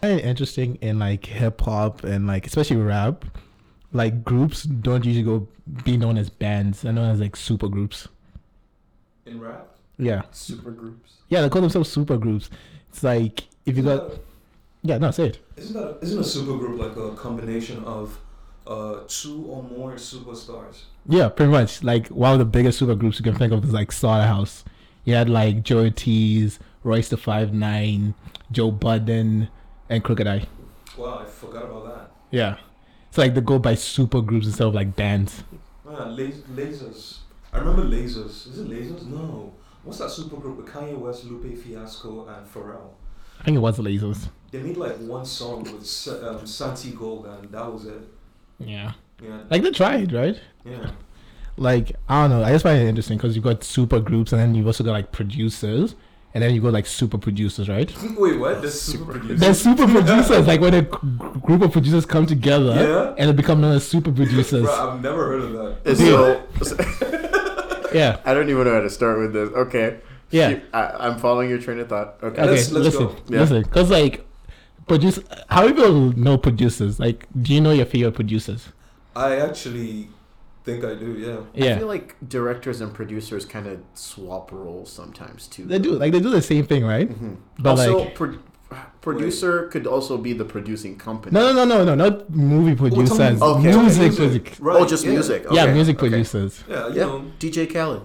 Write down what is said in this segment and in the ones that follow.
find it interesting in like hip hop and like especially rap, like groups don't usually go be known as bands. They're known as like super groups. In rap, Yeah, super groups. yeah, they call themselves super groups. It's like if you got yeah, no, say it. Isn't that isn't a super group like a combination of uh, two or more superstars? Yeah, pretty much. Like one of the biggest super groups you can think of is like Slaughterhouse. You had like Joey T's, Royce the Five Nine, Joe Budden, and Crooked Eye. Wow, I forgot about that. Yeah, it's like they go by super groups instead of like bands. Man, las- lasers. I remember lasers. Is it lasers? No. What's that super group with Kanye West, Lupe Fiasco, and Pharrell? I think it was Lasers. They made like one song with Sa- um, Santi Gold, and that was it. Yeah, Yeah, like they tried, right? yeah. Like I don't know. I just find it interesting because you got super groups and then you've also got like producers and then you got like super producers, right? Wait, what? There's super They're producers. super producers. like when a g- group of producers come together Yeah. and they become known as super producers. Bro, I've never heard of that. It's so, yeah. I don't even know how to start with this. Okay. Yeah. You- I, I'm following your train of thought. Okay. Okay, Let's- let's listen, go. Yeah. listen, because like, produce. How people know producers? Like, do you know your favorite producers? I actually think I do. Yeah. I Yeah, feel like directors and producers kind of swap roles sometimes too. they do. Like, they do the same thing, right? Mm-hmm. Mhm. But also, like, pro- producer could also be the producing company. no, no, no, no, no, not movie talking- producers. Okay. Music, talking music, Right, oh, just yeah. music. Yeah, Okay, music okay. producers. Yeah, you Yeah, know. DJ Khaled.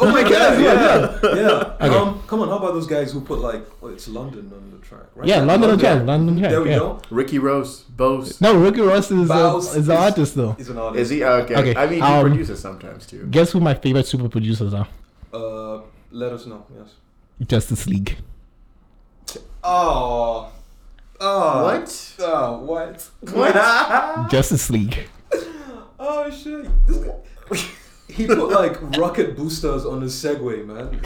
Oh my Yeah, god! Yeah, yeah. Okay. Um, come on. How about those guys who put like, oh, it's London on the track, right? Yeah, London on Jazz, London There Jazz. we Yeah. go. Ricky Rose, Bose. No, Ricky Ross is a, Bows is an artist though. He's an artist. Is he Oh, okay? Okay, I mean, he um, produces sometimes too. Guess who my favorite super producers are? Uh, let us know. Yes. Justice League. Oh. Oh. What? Oh, what? Ah. What? Justice League. oh shit! This guy. He put like rocket boosters on his Segway, man.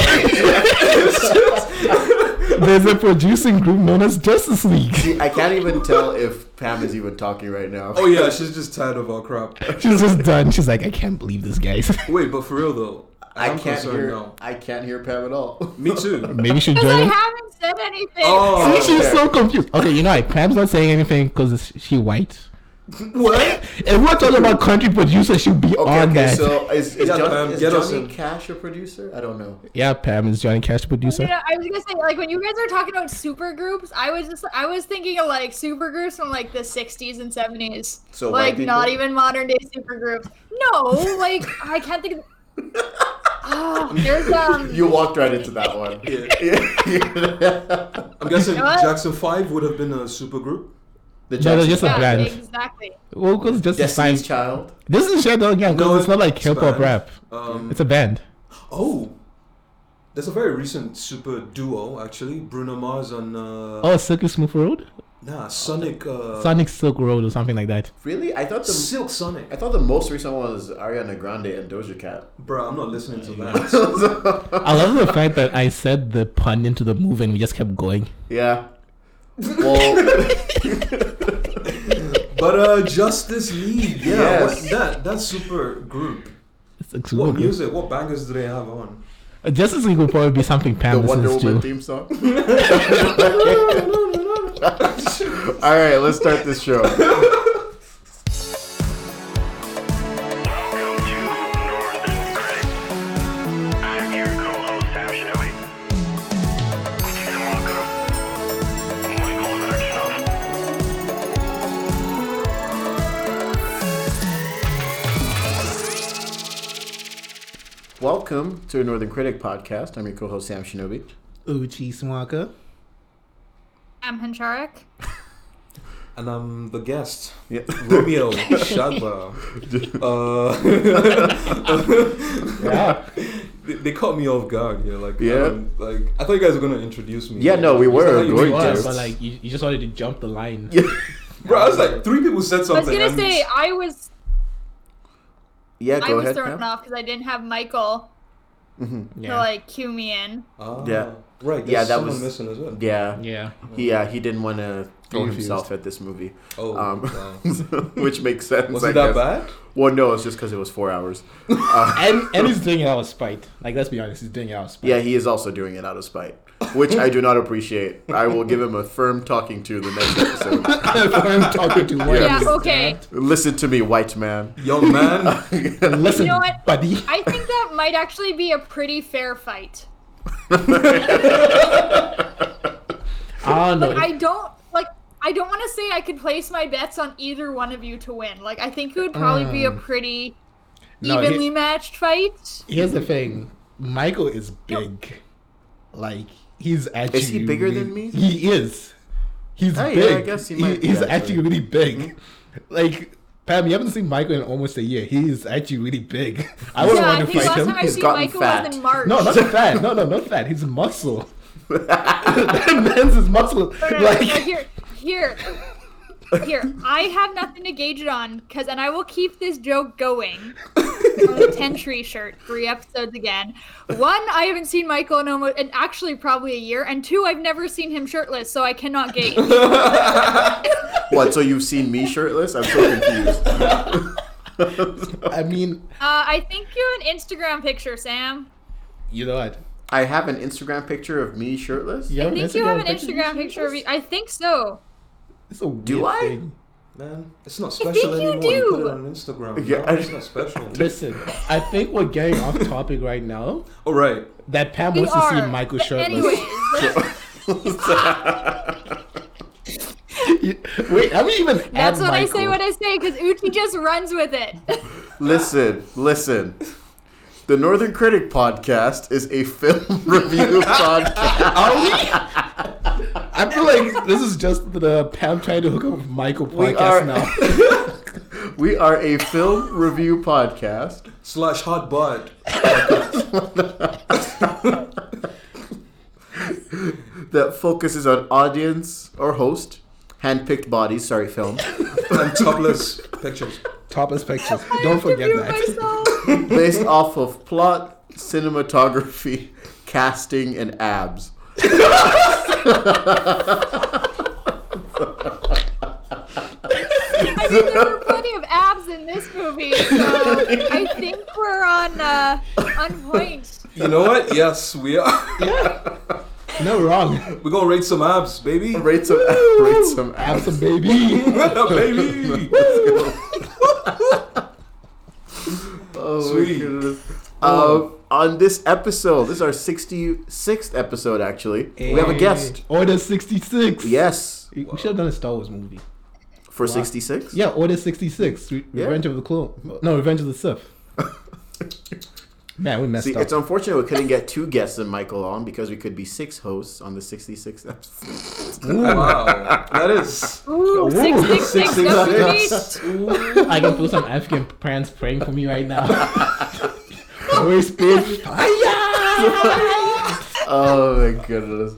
There's a producing group known as Justice League. See, I can't even tell if Pam is even talking right now. oh yeah, she's just tired of our crap. She's just done. She's like, I can't believe this, guys. Wait, but for real though, I I'm can't concerned hear. now. I can't hear Pam at all. Me too. Maybe she Because I joined. haven't said anything. Oh. See, she's Okay. so confused. Okay, you know, like, Pam's not saying anything because she white. what? If we're talking about country producers, she'll be Okay, on okay, that. so is, is, Yeah, Johnny, Pam, is get us Johnny in. Cash a producer? I don't know. yeah, Pam is Johnny Cash You Oh, producer. know, I was gonna say, like, when you guys are talking about super groups, I was just, I was thinking of like super groups from like the 60s and 70s. So white like, not people? even modern day super groups. No, like, I can't think of. Oh, there's, um, You walked right into that one. I'm guessing What? Jackson Five would have been a super group. the No, no, Jackson just a Five. yeah, brand. exactly. Well, because just is fine. Destiny's Child. This is shit though, again, because No, it's not like it's hip hop band. rap. Um, It's a band. oh, there's a very recent super duo actually, Bruno Mars and uh, Oh, Silk Smooth Road? nah Sonic. Uh, Sonic Silk Road or something like that. Really? I thought the Silk Sonic. I thought the most recent one was Ariana Grande and Doja Cat. Bro, I'm not listening to that. I love the fact that I said the pun into the movie and we just kept going. Yeah. Well, but uh, Justice League, yeah, Yes. what, that that super group. It's like What super cool. music? What bangers do they have on? Justice League will probably be something the Pam Wonder listens Woman to. theme song. All right, let's start this show. Welcome to Northern Credit. I'm your co-host, Sam Shinobi. Jason Walker. Michael Zarchinov. Welcome to Northern Critic Podcast. I'm your co-host Sam Shinobi. Uchi Swaka. I'm Hancharik. And I'm the guest, Yeah. Romeo Shagba. Uh, Yeah. they, they caught me off guard. Yeah, like I Yeah. don't- like I thought you guys were gonna introduce me. Yeah, no, we Is that were how you going do to. it? was, but, like, you, you just wanted to jump the line. Bro, I was like, three people said I was something. gonna and- say, I was, Yeah, go I was ahead. thrown Pam. off because I didn't have Michael to like cue me in. Ah, Yeah. right. Yeah, Yeah, that that was was- missing as well. Yeah. Yeah. He, yeah, he didn't want to throw Confused. himself at this movie, Oh, um, wow. which makes sense. was I it that guess. bad? Well, no, it's just because it was four hours. Uh, And and he's doing it out of spite. Like let's be honest, he's doing it out of spite. yeah, he is also doing it out of spite. which I do not appreciate. I will give him a firm talking to the next episode. I'm talking to one. Yeah, okay. Listen to me, white man. Young man. Listen, You know what? buddy. I think that might actually be a pretty fair fight. I don't know. I don't like. I don't want to say I could place my bets on either one of you to win. Like, I think it would probably be a pretty Mm. No, he- evenly matched fight. Here's the thing, Michael is big. Like he's actually he bigger really- than me? He is. He's Oh, yeah, I big. guess he He- might be, he's actually. Mm-hmm. actually really big. Like Pam, you haven't seen Michael in almost a year. He is actually really big. I wouldn't yeah, I want think to last fight him. time I He's seen gotten Michael fat. was in March. No, not fat. No, no, not fat. He's muscle. that man's his muscle. No, no, no, no, Like here, here, here. I have nothing to gauge it on, because, and I will keep this joke going. From the Ten Tree shirt, three episodes again. One, I haven't seen Michael in almost, and actually probably a year. And two, I've never seen him shirtless, so I cannot gauge. What? So you've seen me shirtless? I'm so confused. I mean, Uh, I think you have an Instagram picture, Sam. you know what? I have an Instagram picture of me shirtless. You I an think you have an picture of Instagram picture of you. I think so. It's a weird Do I? thing. Man, it's not think special you anymore. You put do. it on Instagram. Yeah, Yeah, I- it's not special. Listen, I think we're getting off topic right now. All right. That Pam We wants to see are. Michael But shirtless. Anyways, You- Wait, haven't even had that's what I Michael. say. What I say, because Uchi just runs with it. Listen, listen. The Northern Critic podcast is a film review podcast. Are we? I feel like this is just the Pam trying to hook up with Michael podcast are- now. We are a film review podcast. Slash hot bod. that focuses on audience or host, handpicked bodies, sorry, film. and topless pictures. Topless pictures. Don't forget Interview that. myself. based off of plot, cinematography, casting, and abs. I mean, there were plenty of abs in this movie, so I think we're on uh, on point. You know what? Yes, we are. No wrong. We're gonna raid some abs, baby. Rate some, rate some Have abs. some baby. baby. Oh my Sweet. goodness. Uh, on this episode, this is our 66th episode, actually. We have a guest. Order 66. Yes, We should have done a Star Wars movie. for 66. Yeah, Order 66. Re- Revenge of the Clone. No, Revenge of the Sith. Man, we messed See, up. it's unfortunate we couldn't get two guests and Michael on because we could be six hosts on the 66th episode. Wow, that is. Ooh, six, six, six, Six, six, double six. feet. I can feel some African parents praying for me right now. Holy Spirit, fire! Oh my goodness.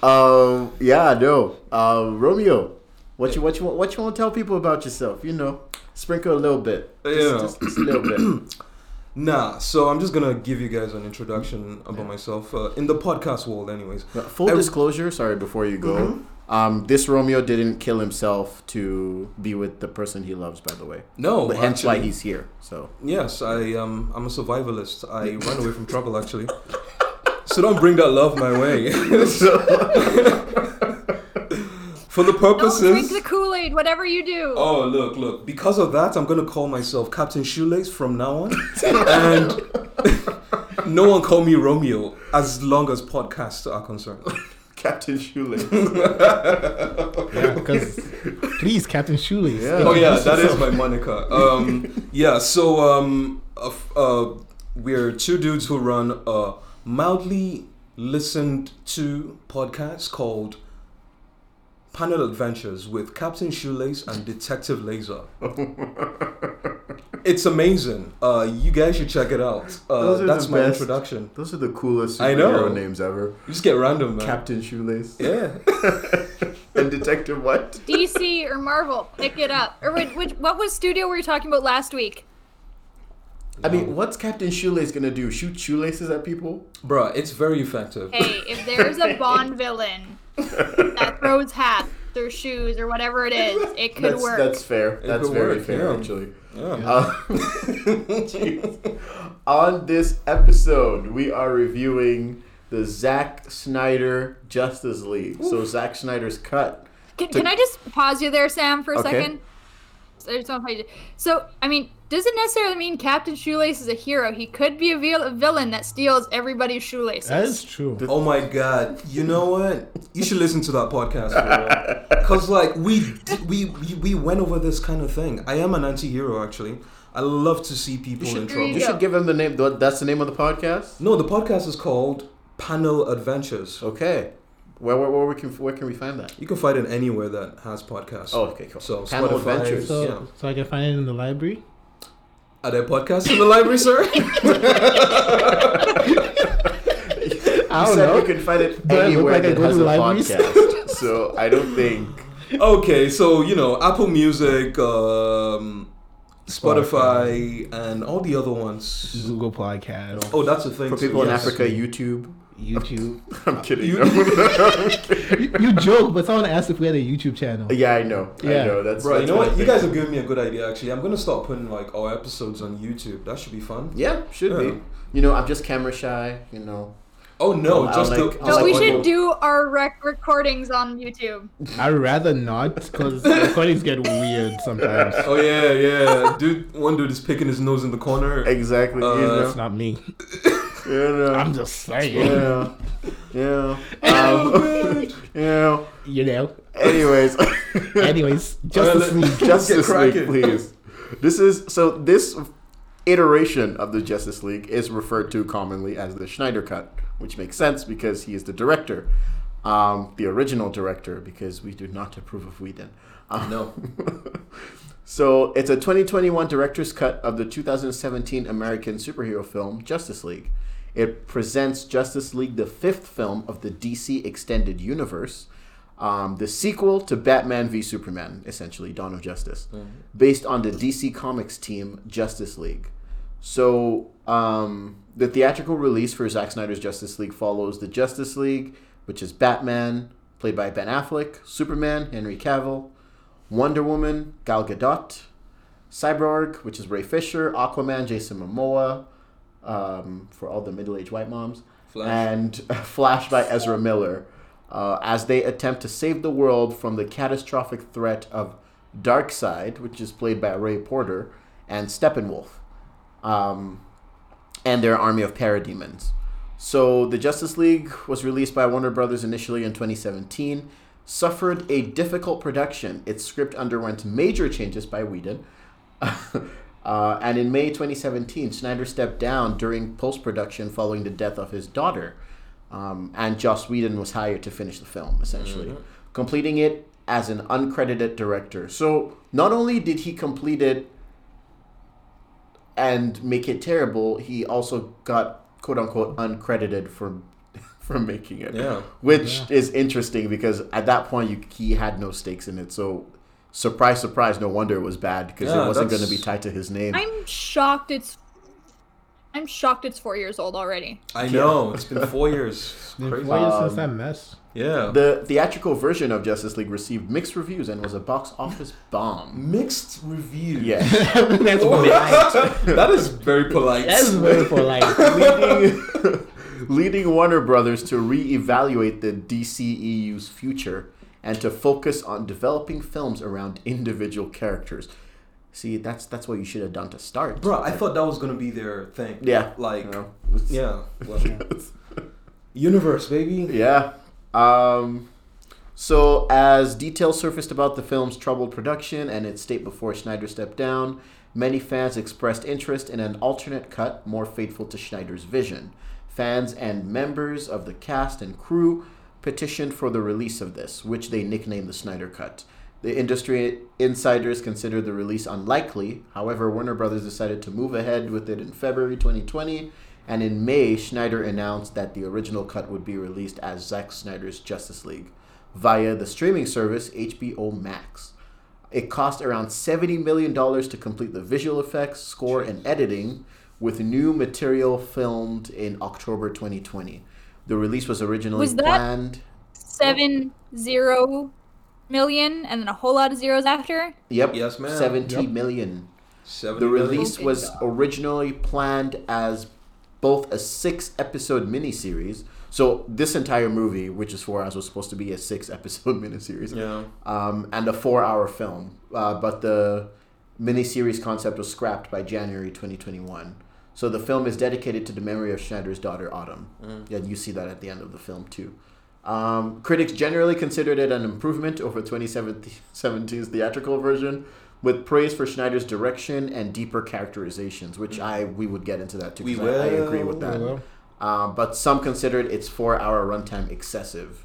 Um, yeah, no. Um, Romeo, what you what you want what you want to tell people about yourself? You know, sprinkle a little bit. Just, Yeah. just, just a little bit. Nah, so I'm just gonna give you guys an introduction about myself uh, in the podcast world, anyways. Full disclosure, sorry before you go. Mm-hmm. Um, this Romeo didn't kill himself to be with the person he loves, by the way. No, But hence why actually- he's here. So Yes, I um, I'm a survivalist. I ran away from trouble, actually. So don't bring that love my way. For the Don't purposes. drink the Kool Aid, whatever you do. Oh, look, look. Because of that, I'm going to call myself Captain Shoelace from now on. and no one call me Romeo as long as podcasts are concerned. Captain Shoelace. Yeah, because please, Captain Shoelace. Yeah. Oh, yeah, that is my moniker. Um, yeah, so um, uh, f- uh, we're two dudes who run a mildly listened to podcast called Panel Adventures with Captain Shoelace and Detective Laser. it's amazing. Uh, you guys should check it out. Uh, Those are that's the my best. introduction. Those are the coolest I superhero know. names ever. You just get random, man. Captain Shoelace yeah. and Detective What? DC or Marvel, pick it up. Or wait, which, what was studio were you talking about last week? I mean, what's Captain Shoelace gonna do? Shoot shoelaces at people? Bruh, it's very effective. Hey, if there's a Bond villain that throws hats or shoes or whatever it is, it could that's, work. That's fair. that's could very work, fair, yeah. actually. Yeah. Uh, jeez. On this episode, we are reviewing the Zack Snyder Justice League. So Zack Snyder's cut. Can, to- can I just pause you there, Sam, for a Okay. second? So I just want to So, I mean, doesn't necessarily mean Captain Shoelace is a hero. He could be a, vil- a villain that steals everybody's shoelaces. That is true. Oh my god! You know what? You should listen to that podcast for real. Cause like we we we- we went over this kind of thing. I am an anti-hero actually. I love to see people in there you trouble. You should give him the name. th- That's the name of the podcast. No, the podcast is called Panel Adventures. Okay. Where where, where we can where can we find that? You can find it anywhere that has podcasts. Oh, okay, cool. So Panel Spotify, Adventures. So, So, yeah. so I can find it in the library. Are there podcasts in the library, sir? I You don't said know. we can find it Do I look anywhere like I that go has to a libraries? podcast. so I don't think. okay, so you know Apple Music, um, Spotify, and all the other ones. Google Podcast, Oh, that's a thing. For too, people in yes. Africa, YouTube. YouTube. I'm kidding. you, You- you joke, but someone asked if we had a YouTube channel. Oh, yeah, I know. I Yeah. know. That's Bro, you that's know my what? You thing. guys have given me a good idea. Actually, I'm gonna start putting like our episodes on YouTube. That should be fun. Yeah, should Yeah. be. You know, I'm just camera shy. You know. Oh no, Oh, I just like- the. I No, just like we the what should audio. do our rec- recordings on YouTube. I'd rather not because recordings get weird sometimes. Oh yeah, yeah, dude. One dude is picking his nose in the corner. Exactly. Uh, you That's know. not me. You know. I'm just saying. yeah. Yeah. Um, you know. You know. Anyways. Anyways, Justice let- League. Justice Get League, cracking. please. This is so this iteration of the Justice League is referred to commonly as the Schneider cut, which makes sense because he is the director, um, the original director, because we do not approve of Whedon. Um, No. so it's a 2021 director's cut of the 2017 American superhero film Justice League. It presents Justice League, the fifth film of the DC Extended Universe, um, the sequel to Batman v Superman, essentially Dawn of Justice, based on the DC Comics team Justice League. So um, the theatrical release for Zack Snyder's Justice League follows the Justice League, which is Batman, played by Ben Affleck, Superman, Henry Cavill, Wonder Woman, Gal Gadot, Cyborg, which is Ray Fisher, Aquaman, Jason Momoa, um, for all the middle-aged white moms, Flash. and Flash by Ezra Miller, uh, as they attempt to save the world from the catastrophic threat of Darkseid, which is played by Ray Porter, and Steppenwolf, um, and their army of parademons. So the Justice League was released by Warner Brothers initially in 2017, suffered a difficult production. Its script underwent major changes by Whedon. Uh, and in May 2017, Snyder stepped down during post production following the death of his daughter. Um, and Joss Whedon was hired to finish the film, essentially, completing it as an uncredited director. So not only did he complete it and make it terrible, he also got quote unquote uncredited for for making it. Yeah. Which is interesting because at that point you, he had no stakes in it. So surprise, surprise, no wonder it was bad because Yeah, it wasn't going to that's- be tied to his name. I'm shocked it's. I'm shocked it's four years old already. I know. It's been four years. It's crazy. Why is this that mess? Yeah. The theatrical version of Justice League received mixed reviews and was a box office bomb. mixed reviews. Yeah. That's Oh, that is very polite. That's very polite. leading, leading Warner Brothers to reevaluate the DCEU's future and to focus on developing films around individual characters. See, that's that's what you should have done to start. Bro, I thought that was gonna be their thing. Yeah. Like, You know, it's- yeah. well, universe, baby. Yeah. Um, so, as details surfaced about the film's troubled production and its state before Schneider stepped down, many fans expressed interest in an alternate cut more faithful to Schneider's vision. Fans and members of the cast and crew petitioned for the release of this, which they nicknamed the Snyder Cut. The industry insiders considered the release unlikely. However, Warner Brothers decided to move ahead with it in February 2020, and in May, Schneider announced that the original cut would be released as Zack Snyder's Justice League via the streaming service HBO Max. It cost around $70 million to complete the visual effects, score, and editing, with new material filmed in October 2020. The release was originally Was that- planned. Seven zero million, and then a whole lot of zeros after. Yep. Yes, ma'am. seventy million. Seven The release was God. originally planned as both a six episode miniseries. So this entire movie, which is four hours, was supposed to be a six episode miniseries. Yeah. Um, and a four hour film. Uh, but the miniseries concept was scrapped by January 2021. So the film is dedicated to the memory of Schneider's daughter Autumn. Mm. Yeah, you see that at the end of the film too. Um, critics generally considered it an improvement over 2017's theatrical version, with praise for Schneider's direction and deeper characterizations, which I we would get into that too. Mm. We 'cause I, I agree will. with that. We will. Um, but some considered its four-hour runtime excessive.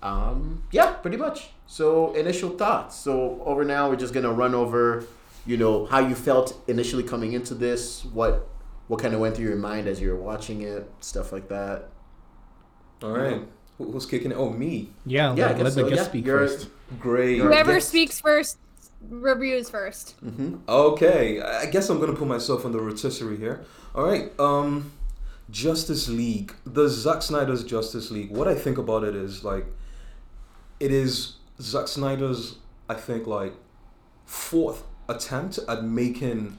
Um, yeah, pretty much. So initial thoughts. So over now, we're just gonna run over, you know, how you felt initially coming into this, what what kind of went through your mind as you were watching it, stuff like that. All right. Who- Who's kicking it? Oh, me. Yeah, Yeah, I let, guess let the so, guest yeah. speak You're- first. Great. Whoever Yes. speaks first reviews first. Okay, I I guess I'm gonna put myself on the rotisserie here. All right, um, Justice League, the Zack Snyder's Justice League. What I think about it is like, it is Zack Snyder's, I think like, fourth attempt at making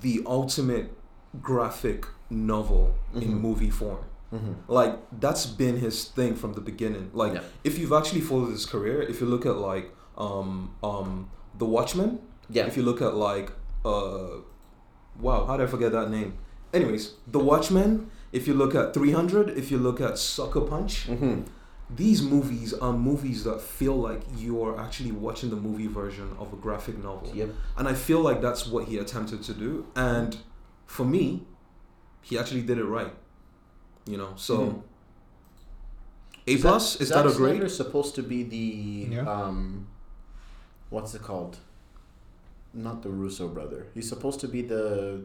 the ultimate graphic novel Mm-hmm. in movie form. Like that's been his thing from the beginning. Like Yeah. if you've actually followed his career, if you look at like um um The Watchmen, Yeah. If you look at like uh wow, how did I forget that name? Anyways, The Watchmen, if you look at 300, if you look at Sucker Punch, Mm-hmm. these movies are movies that feel like you are actually watching the movie version of a graphic novel. Yep. And I feel like that's what he attempted to do. And for me, he actually did it right. You know, so A plus? Is that a grade? Mm-hmm. Snyder's supposed to be the Yeah. um, what's it called? Not the Russo brother. He's supposed to be the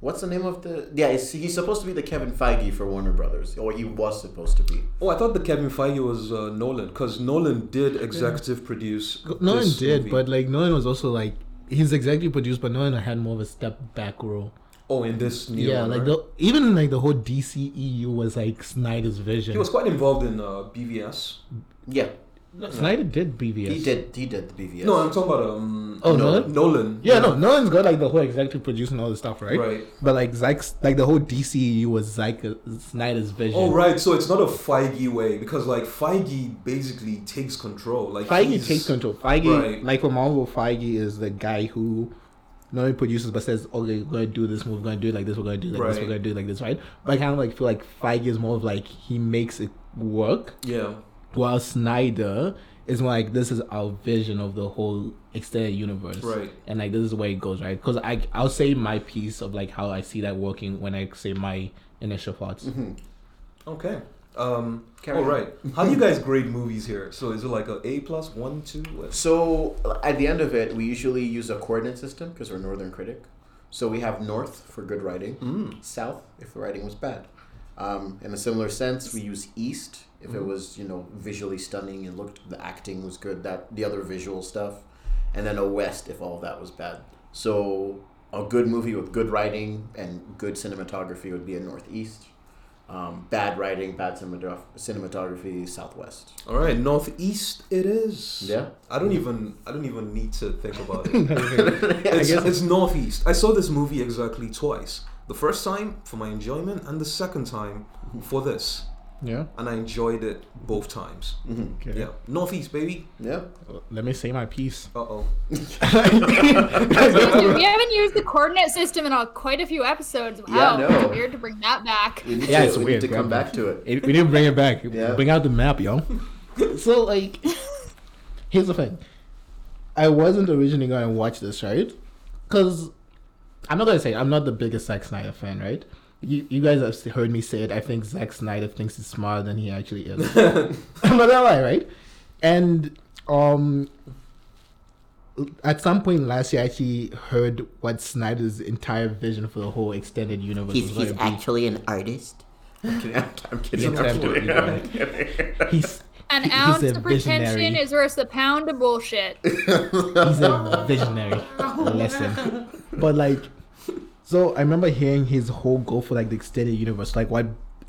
what's the name of the yeah. He's, he's supposed to be the Kevin Feige for Warner Brothers, or he was supposed to be. Oh, I thought the Kevin Feige was uh, Nolan because Nolan did executive produce. Nolan this did, movie. but like Nolan was also like he's executive produced, but Nolan had more of a step back role. oh, in this new yeah, one, like right? the even like the whole DCEU was like Snyder's vision. he was quite involved in uh, BVS. Yeah, Snyder did BVS. he did. He did the BVS. No, I'm talking about um. Oh, Nolan? Nolan. Nolan. Yeah, no, Nolan's got like the whole executive producing all the stuff, right? Right. But like Zyke's, like the whole DCEU was Zyke Snyder's vision. Oh right, so it's not a Feige way because like Feige basically takes control. Like Feige he's- takes control. Feige, Right. like for Marvel, Feige is the guy who not only produces but says, "Okay, we're gonna do this move. We're gonna do it like this. We're gonna do it like this. Right. We're gonna do it like this." Right? But I kind of like feel like Feige is more of like he makes it work, Yeah. while Snyder is more like this is our vision of the whole extended universe, Right. And like this is where it goes, right? Because I I'll say my piece of like how I see that working when I say my initial thoughts. Okay. Um. Carry all on. right. How do you guys grade movies here? So is it like a A plus one two? What? So at the end of it, we usually use a coordinate system because we're Northern critic. So we have North for good writing, Mm. South if the writing was bad. Um, in a similar sense, we use East if Mm-hmm. it was you know visually stunning and looked the acting was good that the other visual stuff, and then a West if all that was bad. So a good movie with good writing and good cinematography would be a Northeast. Um, bad writing, bad cinematograph- cinematography, Southwest. All right. Northeast. It is. Yeah. I don't even. I don't even need to think about it. it's, it's northeast. I saw this movie exactly twice. The first time for my enjoyment, and the second time for this, Yeah. and I enjoyed it both times. Mm-hmm. Okay. Yeah, northeast, baby. Yeah. Let me say my piece. Uh oh. we haven't used the coordinate system in a, quite a few episodes. Wow, no. it's weird to bring that back. We need Yeah, to, it's we weird, need to come right? back to it. It, we didn't bring it back. Yeah. Bring out the map, yo. so like, here's the thing. I wasn't originally going to watch this, right? Because I'm not going to say I'm not the biggest Zack Snyder fan, right? You, you guys have heard me say it. I think Zack Snyder thinks he's smarter than he actually is. I'm not gonna lie, right? And um, at some point last year, I actually heard what Snyder's entire vision for the whole extended universe. was gonna be. an artist. I'm kidding. I'm, I'm He's kidding. I'm absolutely kidding. right. He's An he's ounce a of pretension visionary. is worth a pound of bullshit. he's a visionary. Listen, but like, so I remember hearing his whole goal for like the extended universe, like what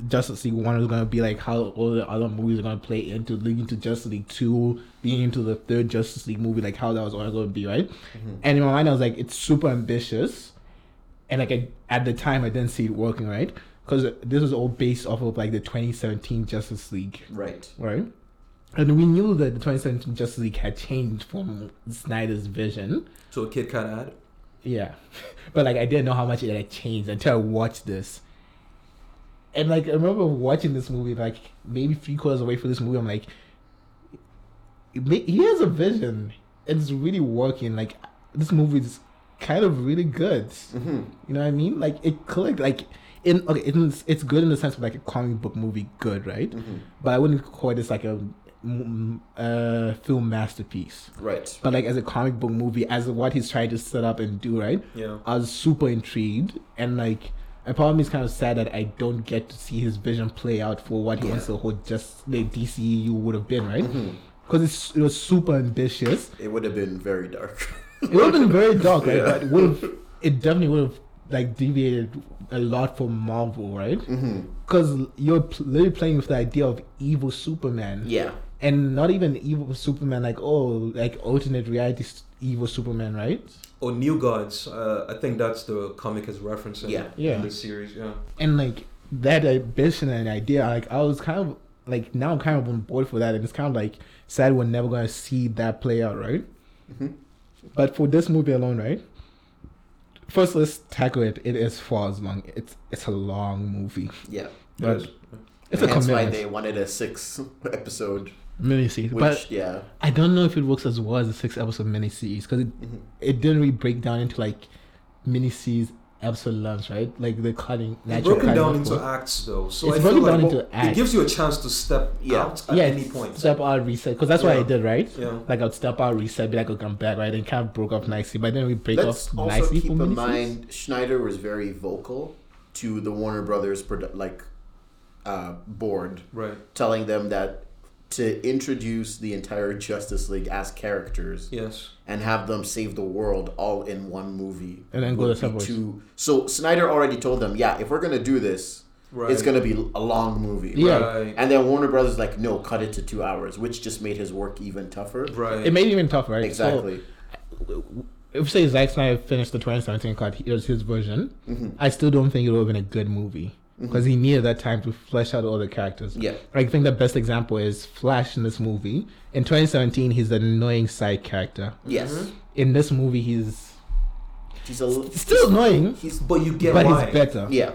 Justice League One was gonna be like, how all the other movies are gonna play into leading to Justice League Two, leading into the third Justice League movie, like how that was all gonna be, right? And in my mind, I was like, it's super ambitious. and like I, at the time I didn't see it working right because this was all based off of like the 2017 Justice League, Right. right? And we knew that the 2017 Justice League had changed from Snyder's vision, So a Kit Kat ad. yeah, but like I didn't know how much it had changed until I watched this. And like I remember watching this movie, like maybe three quarters away from this movie, I'm like, it ma- he has a vision. It's really working. Like this movie is kind of really good. You know what I mean? Like it clicked. Like in okay, it's it's good in the sense of like a comic book movie, good, right? But I wouldn't call this like a mm, uh, film masterpiece. Right. But like as a comic book movie, as what he's trying to set up and do, right? Yeah. I was super intrigued and like a part of me is kind of sad that I don't get to see his vision play out for what he wants to hold just the DCEU would have been, right? Because it's it was super ambitious. It would have been very dark. It would have been very dark, right? But it would have it definitely would have like deviated a lot from Marvel, right? Because you're pl- literally playing with the idea of evil Superman yeah. and not even evil Superman, like oh, like alternate reality s- evil Superman, right? Or Oh, New Gods. Uh, I think that's the comic is referencing. Yeah. Yeah. In the series. Yeah. And like that uh, ambition and idea, like I was kind of like now I'm kind of on board for that, and it's kind of like sad we're never gonna see that play out, right? Mm-hmm. But for this movie alone, right? First, let's tackle it. It is far as long. It's it's a long movie. Yeah. But Yes. It's a And that's why commitment. they wanted a six episode, miniseries, which but yeah, I don't know if it works as well as a six episode miniseries because it it didn't really break down into like miniseries episode lengths, right? Like the cutting It's natural broken cutting down into for- acts though, so It's I broken feel like down well, into acts. it gives you a chance to step Yeah. out at yeah, any point. step out reset because that's what I Yeah. did, right? Yeah. Like I'd step out reset, be like, okay, I'm back, right? And kind of broke up nicely, but then we break Let's off also nicely keep for in miniseries. mind Schneider was very vocal to the Warner Brothers produ- like uh, board, Right. telling them that to introduce the entire Justice League as characters Yes. and have them save the world all in one movie, And then go would to be Subway. too- So Snyder already told them, yeah, if we're gonna do this, it's Right. gonna be a long movie. Yeah. Right. And then Warner Brothers like, no, cut it to two hours, which just made his work even tougher. Right. mm-hmm. It made it even tougher, right? So, Exactly. if say Zack Snyder finished the 2017 cut, here's his version. Mm-hmm. I still don't think it would have been a good movie because he needed that time to flesh out all the characters. Yeah. Like, I think the best example is Flash in this movie. In 2017, he's an annoying side character. yes. In this movie, he's He's a little still annoying, He's but you get but why. he's better. yeah.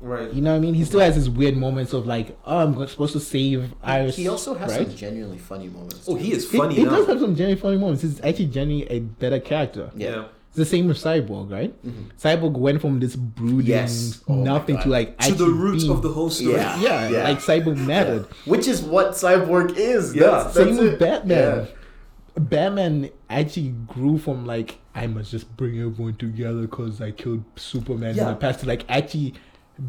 Right. You know what I mean? He still has his weird moments of like, oh, I'm supposed to save Iris. He also has right? some genuinely funny moments. Oh, too. he is He- funny he, now. does have some genuine funny moments. He's actually genuinely a better character. Yeah. yeah. It's the same with Cyborg, right? Cyborg went from this brooding Yes. Oh my nothing to God. like To the actually roots being- of the whole story. Yeah. yeah, Yeah. like Cyborg mattered. Which is what Cyborg is. Yeah. That's, Same that's with it. Batman. Yeah. Batman actually grew from like I must just bring everyone together because I killed Superman in Yeah. the past to like actually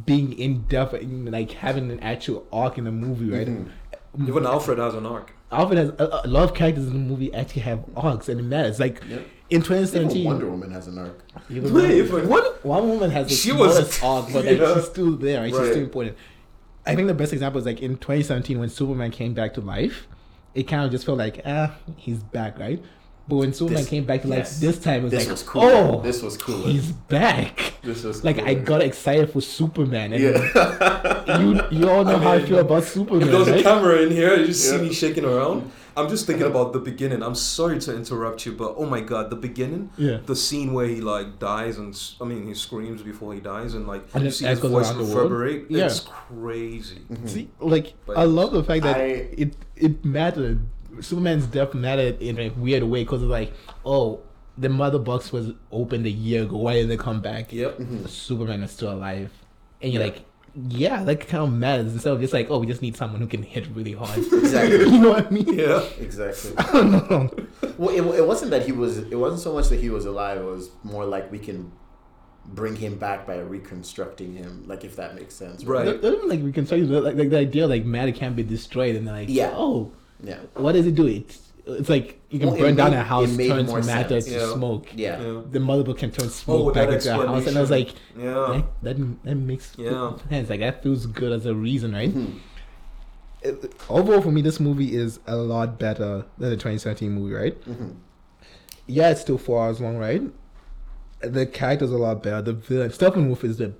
being in depth and like having an actual arc in the movie, right? Even Alfred has an arc. Alfred has a, a lot of characters in the movie actually have arcs and it matters. Like in Even 2017, Wonder Woman has an arc. Even Wait, Wonder- but- Wonder- Wonder Woman has the She smallest was- arc, but like, Yeah. she's still there, right? She's Right. still important. I think the best example is like in 2017 when Superman came back to life, it kind of just felt like ah, he's back, right? But when Superman This- came back to life yes. this time, it was This like was cooler. oh, This was cooler. He's back. This was like I cooler. got excited for Superman, and Yeah. you you all know how I feel about Superman, If there was a right? camera in here, you just see Yeah. me shaking around. I'm just thinking about the beginning. I'm sorry to interrupt you, but oh my god, the beginning, Yeah. the scene where he like dies and s- I mean he screams before he dies and like And you it see his echoes voice around the world. reverberate. Yeah. Mm-hmm. It's crazy. See, like But- I love the fact that Hmm. I- it it mattered. Superman's death mattered in a weird way because it's like, oh, the mother box was opened a year ago. Why did they come back? Yep. Superman is still alive, and you're like, yeah, that kind of matters. Instead of just like, oh, we just need someone who can hit really hard. Exactly. you know what I mean? Yeah. Exactly. I don't know. Well, it, it wasn't that he was. It wasn't so much that he was alive. It was more like we can bring him back by reconstructing him. Like if that makes sense. Right. They- they don't, like we can tell you that, like, like the idea like matter can't be destroyed, and they're like, Yeah. oh, Yeah. what does it do? It's it's like you can Well, it burn down made- a house, it made turn more matter sense. to Yeah. smoke. Yeah. Yeah. the motherboard can turn smoke with back Oh, that into a house, and I was like, Yeah. that, that, that makes Yeah. sense. Like that feels good as a reason, right? It- overall, for me, this movie is a lot better than the 2017 movie, right? Yeah, it's still four hours long, right? the character's a lot better. The villain, Stephen Wolf is the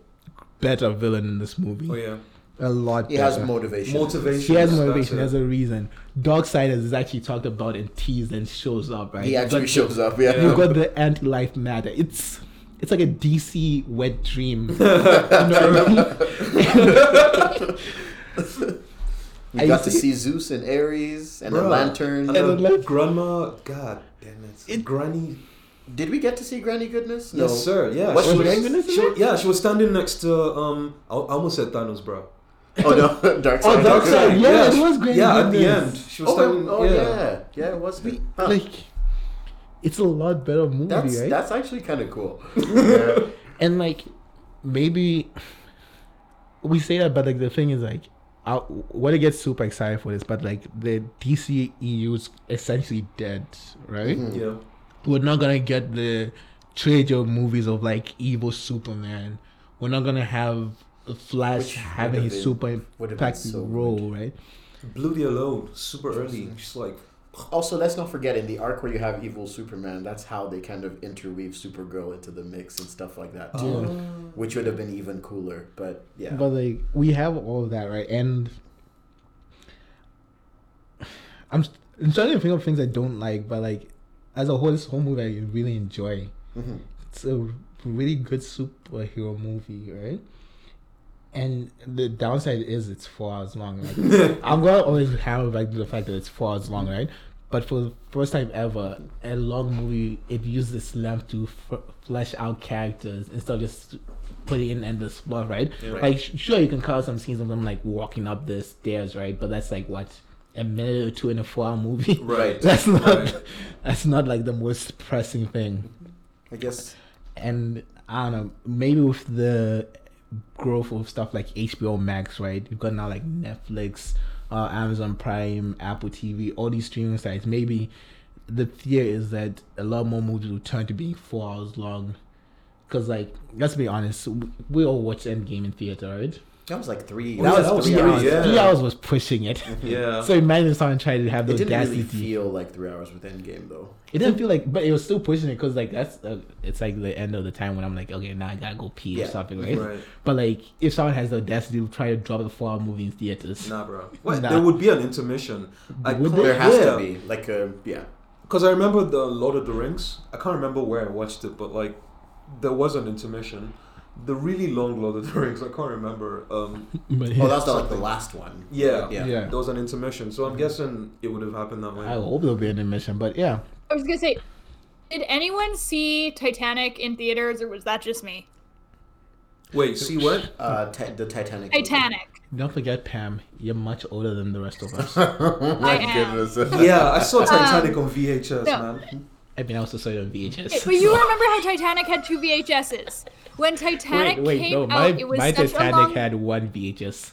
better villain in this movie. Oh yeah, A lot. He better. has motivation. motivation. He has that's motivation. it. There's a reason. Darksiders is actually talked about and teased and shows up, right? He actually But shows up. Yeah. You've got the anti-life matter. It's it's like a DC wet dream. you know what I mean? You got I to see- see Zeus and Ares and the Bruh. lantern. And then And then- grandma, God damn it, Granny. Did we get to see Granny Goodness? No, Yes, sir. Yeah, What Was she Granny Goodness in she- it? yeah, she was standing next to um. I, I almost said Thanos, bro. Oh no, Dark Side. Dark Side, yeah, it was Granny Yeah, at the Goodness. end, she was Oh, standing. oh, yeah. yeah. yeah, it was. me. Huh. like it's a lot better movie, that's right? that's actually kind of cool. Yeah. and like maybe we say that but like the thing is like I, what I get super excited for this but like the dc eu's essentially dead right Mm-hmm. yeah. we're not gonna get the trilogy of movies of like evil superman we're not gonna have flash Which having would've his been- super would've been impactful so role right Blew the alone super early. She's like, Also, let's not forget in the arc where you have evil Superman, that's how they kind of interweave Supergirl into the mix and stuff like that too, which would have been even cooler. But yeah, But like we have all of that, right? And I'm, I'm trying to think of things I don't like, but like as a whole, this whole movie I really enjoy. It's a really good superhero movie, right? And the downside is it's four hours long. Like, I'm gonna always have like the fact that it's four hours long, right? But for the first time ever, a long movie it used this length to f- flesh out characters instead of just putting in and the spot, right? Like sh- sure you can cut out some scenes of them like walking up the stairs, right? But that's like what a minute or two in a four-hour movie. Right. that's not. Right. That's not like the most pressing thing I guess and I don't know, maybe with the growth of stuff like HBO Max, right? You've got now like Netflix, uh, Amazon Prime, Apple TV, all these streaming sites. Maybe the fear is that a lot more movies will turn to being four hours long. Because, like, let's be honest, we, we all watched Endgame in theater, right? that was like three. That was three three, hours. yeah. Three hours was pushing it. yeah. so imagine if someone tried to have the It didn't audacity. really feel like three hours with Endgame though. It didn't feel like, but it was still pushing it because like that's uh, it's like the end of the time when I'm like, okay, now I gotta go pee Yeah, or something, right? right. But like, if someone has the audacity to try to drop the four-hour movie in theaters, Nah, bro. What? Nah. There would be an intermission. I Would can't- there? There has yeah. to be like a yeah. Because I remember the Lord of the Rings. I can't remember where I watched it, but like there was an intermission. The really long Lord of the Rings. I can't remember. Um, but Oh, that's not like the last one. yeah, Yeah. Yeah. Mm-hmm. There was an intermission, so I'm guessing it would have happened that way. I hope there'll be an admission. But yeah, I was gonna say, did anyone see Titanic in theaters, or was that just me? Wait, see what? Uh, ti- the Titanic. Titanic. don't forget, Pam, you're much older than the rest of us. I am. yeah, I Um, saw Titanic on VHS, no. man. I mean, I also saw it on VHS. But you remember how Titanic had two VHSs? When Titanic wait, wait, came no, out, my it was my such Titanic a long. had one VHS.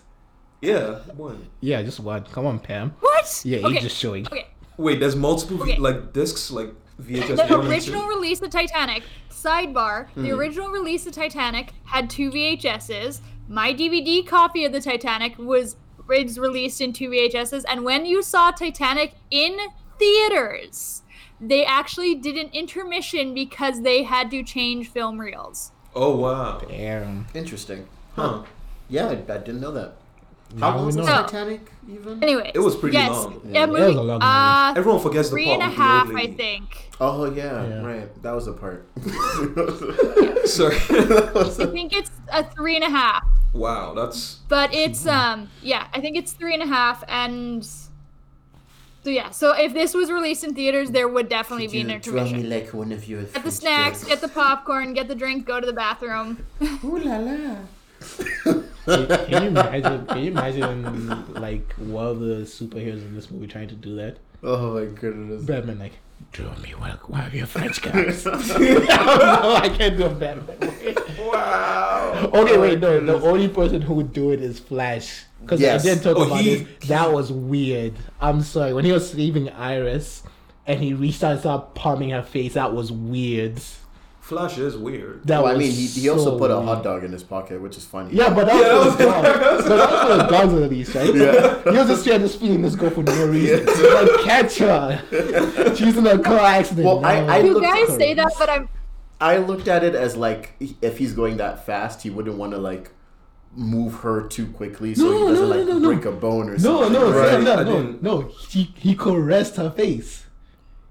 Yeah, one. Yeah, just one. Come on, Pam. What? Yeah, okay. you're just showing. Okay. Wait, there's multiple Okay. like discs, like VHS. The one and two. original release of Titanic, sidebar, the Hmm. original release of Titanic had two VHSs. My DVD copy of the Titanic was is released in two VHSs, and when you saw Titanic in theaters, they actually did an intermission because they had to change film reels. Oh wow. Damn. Interesting. Huh. Yeah, I, I didn't know that. Now How we long was know. So- Titanic even? Anyway, It was pretty yes, long. Yeah, was movie, a long uh, Everyone forgets three the and part a with the old half, I lady. think. Oh yeah, Yeah. right. That was the part. Sorry. I think it's a three and a half. wow, that's but it's Mm-hmm. um yeah i think it's three and a half and so yeah so if this was released in theaters there would definitely be an intermission like one of your get the snacks get the popcorn get the drink go to the bathroom Ooh la la. Can you imagine? Can you imagine like one of the superheroes in this movie trying to do that? Oh my goodness. Batman like, draw me one, one of your French guys. no, I can't do a Batman. wow. Okay, wait, no. The only person who would do it is Flash. Because Yes. I didn't talk Oh, about he- this. That was weird. I'm sorry. When he was leaving Iris and he reached out and started palming her face, that was weird. Flash is weird. That was Well, I mean, he, he also so put a weird. hot dog in his pocket, which is funny. Yeah, but that Yeah, was for that the dogs. But that was for the dogs at least, right? Yeah. He was just trying to spin this girl for no reason. Like, catch her. She's in a car accident. Well, I- No. I- you Look guys say that crazy. but i'm I looked at it as like if he's going that fast, he wouldn't want to like move her too quickly, so No, he doesn't no, like no, no, break no. a bone or No, something. no, Right. fair enough, I no, didn't- no. He he caressed her face.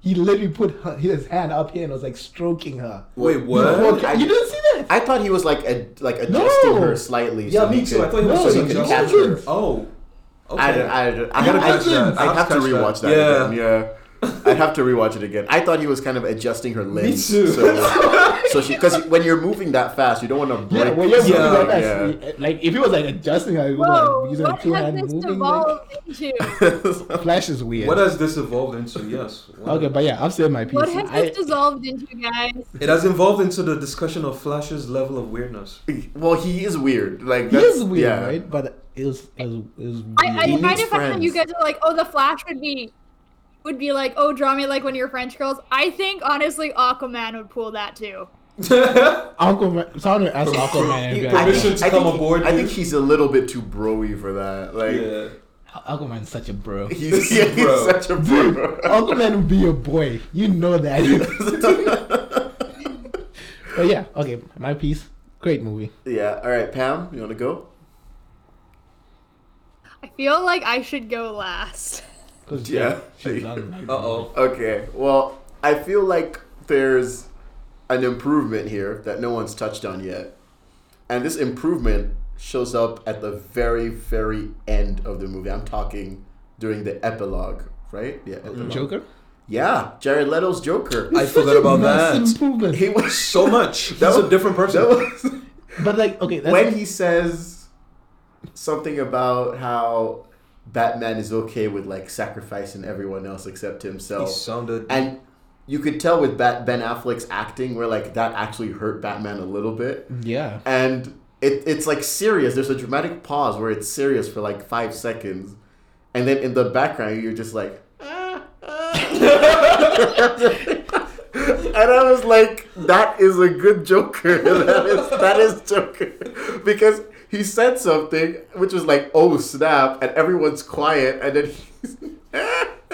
He literally put her, his hand up here and was like stroking her. Wait, No, what? okay, you didn't see that? I thought he was like a, like No. adjusting her slightly. Yeah, so he me too. I could- thought he No, was he saying could just- capture her. Oh, okay. I don't, I don't, I gotta I- catch that. I'd I have to have to rewatch catch that. that. again. Yeah. I'd have to rewatch it again. I thought he was kind of adjusting her limbs. too. So, uh, so she, because when you're moving that fast, you don't want to break. Yeah, well, you're Yeah, moving like yeah. that. Like if he was like adjusting her, he was, Whoa, like, using what a two has hand this moving. Like, evolved into? Flash is weird. What has this evolved into? Yes. What- okay, but yeah, I've said my piece. What has I- this dissolved into, guys? It has evolved into the discussion of Flash's level of weirdness. well, he is weird. Like He that's- is weird, yeah. right? But it was, it was, it was weird. I, I He kind needs of found out you friends. guys are like, oh, the Flash would be, would be like, oh, draw me like one of your French girls. I think honestly, Aquaman would pull that too. Aquaman, someone would ask Aquaman and be I like, think- Permission to come aboard, I think dude. he's a little bit too broy for that. Like yeah. Aquaman's such a bro. he's, yeah, he's Bro. such a bro. Aquaman would be your boy. You know that. but yeah, okay, my piece. Great movie. yeah. All right, Pam, you want to go? I feel like I should go last. 'Cause Yeah. she's done like- Uh oh. Okay. Well, I feel like there's an improvement here that no one's touched on yet. And this improvement shows up at the very, very end of the movie. I'm talking during the epilogue, right? Yeah. epilogue. Joker. Yeah, Jared Leto's Joker. Mm-hmm. I forgot about Massive that. improvement. Oh, he was So much. He's That a was- different person. that was But like, okay, that's, when he says something about how Batman is okay with like sacrificing everyone else except he himself. sounded. and you could tell with Bat- Ben Affleck's acting where like that actually hurt Batman a little bit, yeah, and it, it's like serious. There's a dramatic pause where it's serious for like five seconds, and then in the background you're just like, "Ah." and I was like, that is a good Joker. That is that is Joker because he said something which was like, oh snap, and everyone's quiet, and then he's.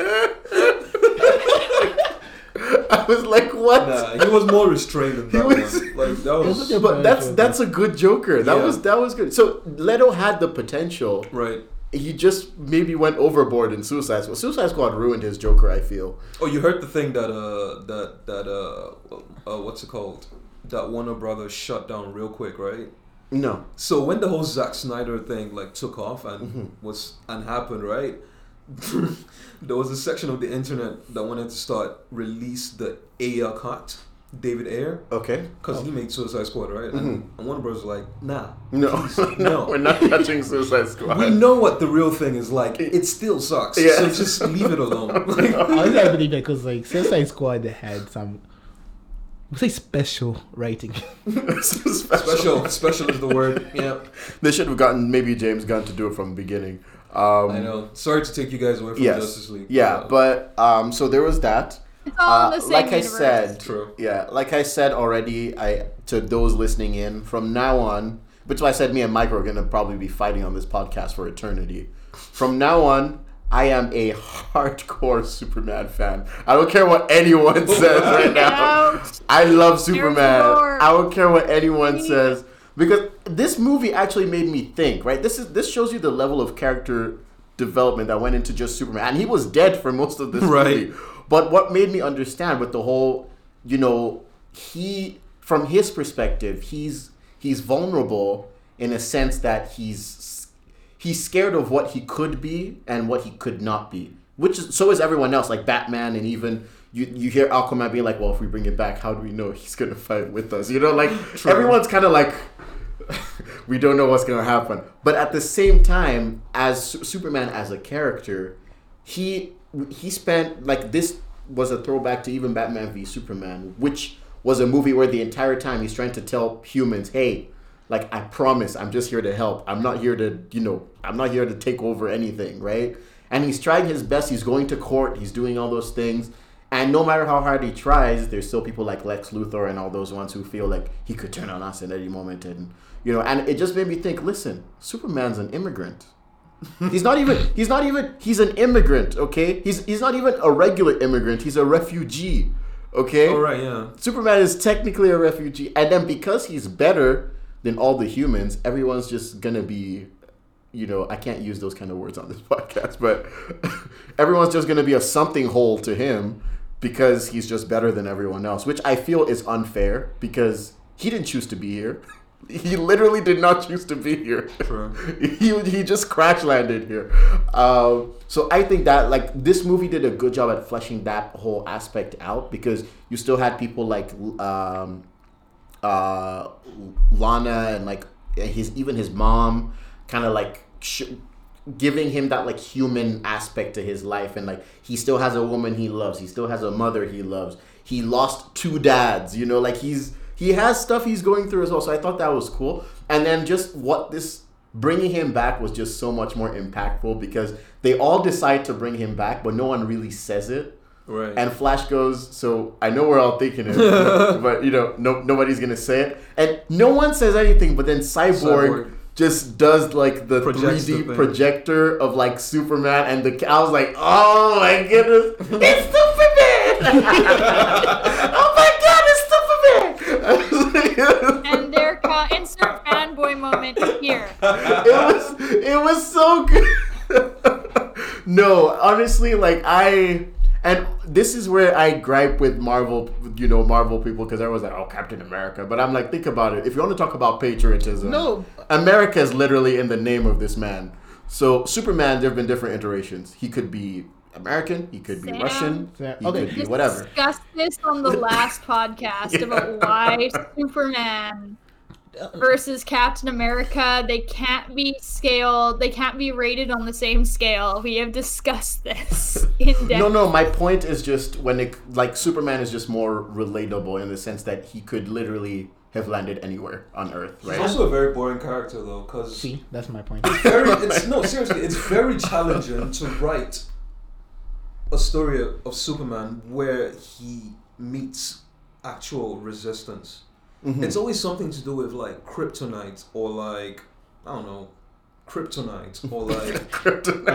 I was like, what? nah, he was more restrained than that was- one. Like that was was- But that's Joker. that's a good Joker. That Yeah. was that was good. So Leto had the potential. right. He just maybe went overboard in Suicide Squad. Suicide Squad ruined his Joker. I feel. Oh, you heard the thing that uh that that uh, uh what's it called? That Warner Brothers shut down real quick, right? No. So when the whole Zack Snyder thing like took off and was and happened, right? there was a section of the internet that wanted to start release the Ayer cut, David Ayer, Okay. because he made Suicide Squad, right? And, and Warner Bros. was like, nah. No. no. no. We're not touching Suicide Squad. We know what the real thing is like. It still sucks. Yeah. So just leave it alone. I was like, believe that because like Suicide Squad had some, we say special writing. special. special, special is the word. Yeah, They should have gotten maybe James Gunn to do it from the beginning. Um, I know. Sorry to take you guys away from Yes. Justice League. Yeah, Uh, but um, so there was that. It's Uh, all in the same like I universe. said, True. yeah, like I said already, I to those listening in from now on, which I said me and Mike are gonna probably be fighting on this podcast for eternity. From now on, I am a hardcore Superman fan. I don't care what anyone says right now. Ouch. I love Superman. roar. I don't care what anyone Me says because this movie actually made me think. Right, this is this shows you the level of character development that went into just Superman, and he was dead for most of this Right. movie. But what made me understand with the whole, you know, he from his perspective, he's he's vulnerable in a sense that he's he's scared of what he could be and what he could not be. Which is so is everyone else, like Batman and even you, you hear Aquaman being like, Well, if we bring it back, how do we know he's gonna fight with us? You know, like everyone's kinda like we don't know what's gonna happen. But at the same time, as Su- Superman as a character, he he spent like this was a throwback to even Batman v Superman, which was a movie where the entire time he's trying to tell humans, hey, like I promise, I'm just here to help. I'm not here to you know, I'm not here to take over anything, right? And he's trying his best. He's going to court. He's doing all those things. And no matter how hard he tries, there's still people like Lex Luthor and all those ones who feel like he could turn on us at any moment. And, you know, and it just made me think listen, Superman's an immigrant. He's not even, he's not even, he's an immigrant, okay? He's, he's not even a regular immigrant. He's a refugee, Okay? All right, yeah. Superman is technically a refugee, and then because he's better than all the humans, everyone's just gonna be, you know, I can't use those kind of words on this podcast, but everyone's just gonna be a something hole to him because he's just better than everyone else, which I feel is unfair because he didn't choose to be here. He literally did not choose to be here. True. he, he just crash landed here. Um, so I think that like this movie did a good job at fleshing that whole aspect out because you still had people like um, uh, Lana and like his even his mom kind of like sh- giving him that like human aspect to his life and like he still has a woman he loves he still has a mother he loves he lost two dads you know like he's he has stuff he's going through as well so i thought that was cool and then just what this bringing him back was just so much more impactful because they all decide to bring him back but no one really says it Right. and Flash goes, so I know we're all thinking it, but, but, you know, no, nobody's gonna say it, and no one says anything. But then Cyborg, Cyborg. just does like the Projects the three D thing. projector of like Superman, and the I was like, oh my goodness, it's Superman! oh my god, it's Superman! And there, co- insert fanboy moment here. it was it was so good. no, honestly, like I and this is where I gripe with Marvel, you know, Marvel people because everyone's like, "Oh, Captain America," but I'm like, think about it. If you want to talk about patriotism, No. America is literally in the name of this man. So Superman, there have been different iterations. He could be American, he could be Sam. Russian, Sam. he Okay. could be Just whatever. discussed this on the last podcast about why Superman versus Captain America they can't be scaled, they can't be rated on the same scale. We have discussed this in depth. No, no. My point is just when it like Superman is just more relatable in the sense that he could literally have landed anywhere on Earth, right? He's also a very boring character though, because See, that's my point. very it's no seriously, it's very challenging to write a story of Superman where he meets actual resistance. Mm-hmm. It's always something to do with like kryptonite or like I don't know, kryptonite or like kryptonite.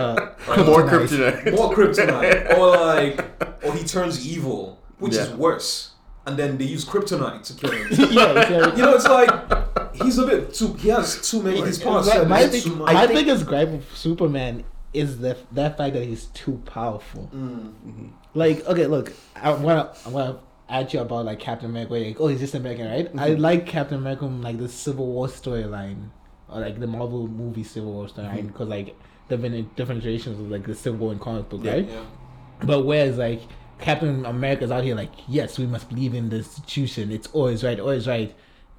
Uh, More kryptonite. kryptonite. more kryptonite, or like, or he turns evil, which is Yeah. worse. And then they use kryptonite to kill him. yeah, it's very- you know, it's like he's a bit too. He has too many. His past my, my is big- too my much. I think- biggest gripe with Superman is the that fact that he's too powerful. Mm-hmm. Like, okay, look, I want to I want to add you about like Captain America. Like, oh, he's just American, right? I like Captain America, from, like the Civil War storyline, or like the Marvel movie Civil War storyline, because like there've been different iterations of like the Civil War and comic book, right? Yeah. But whereas like Captain America's out here like, yes, we must believe in the institution. It's always right, always right.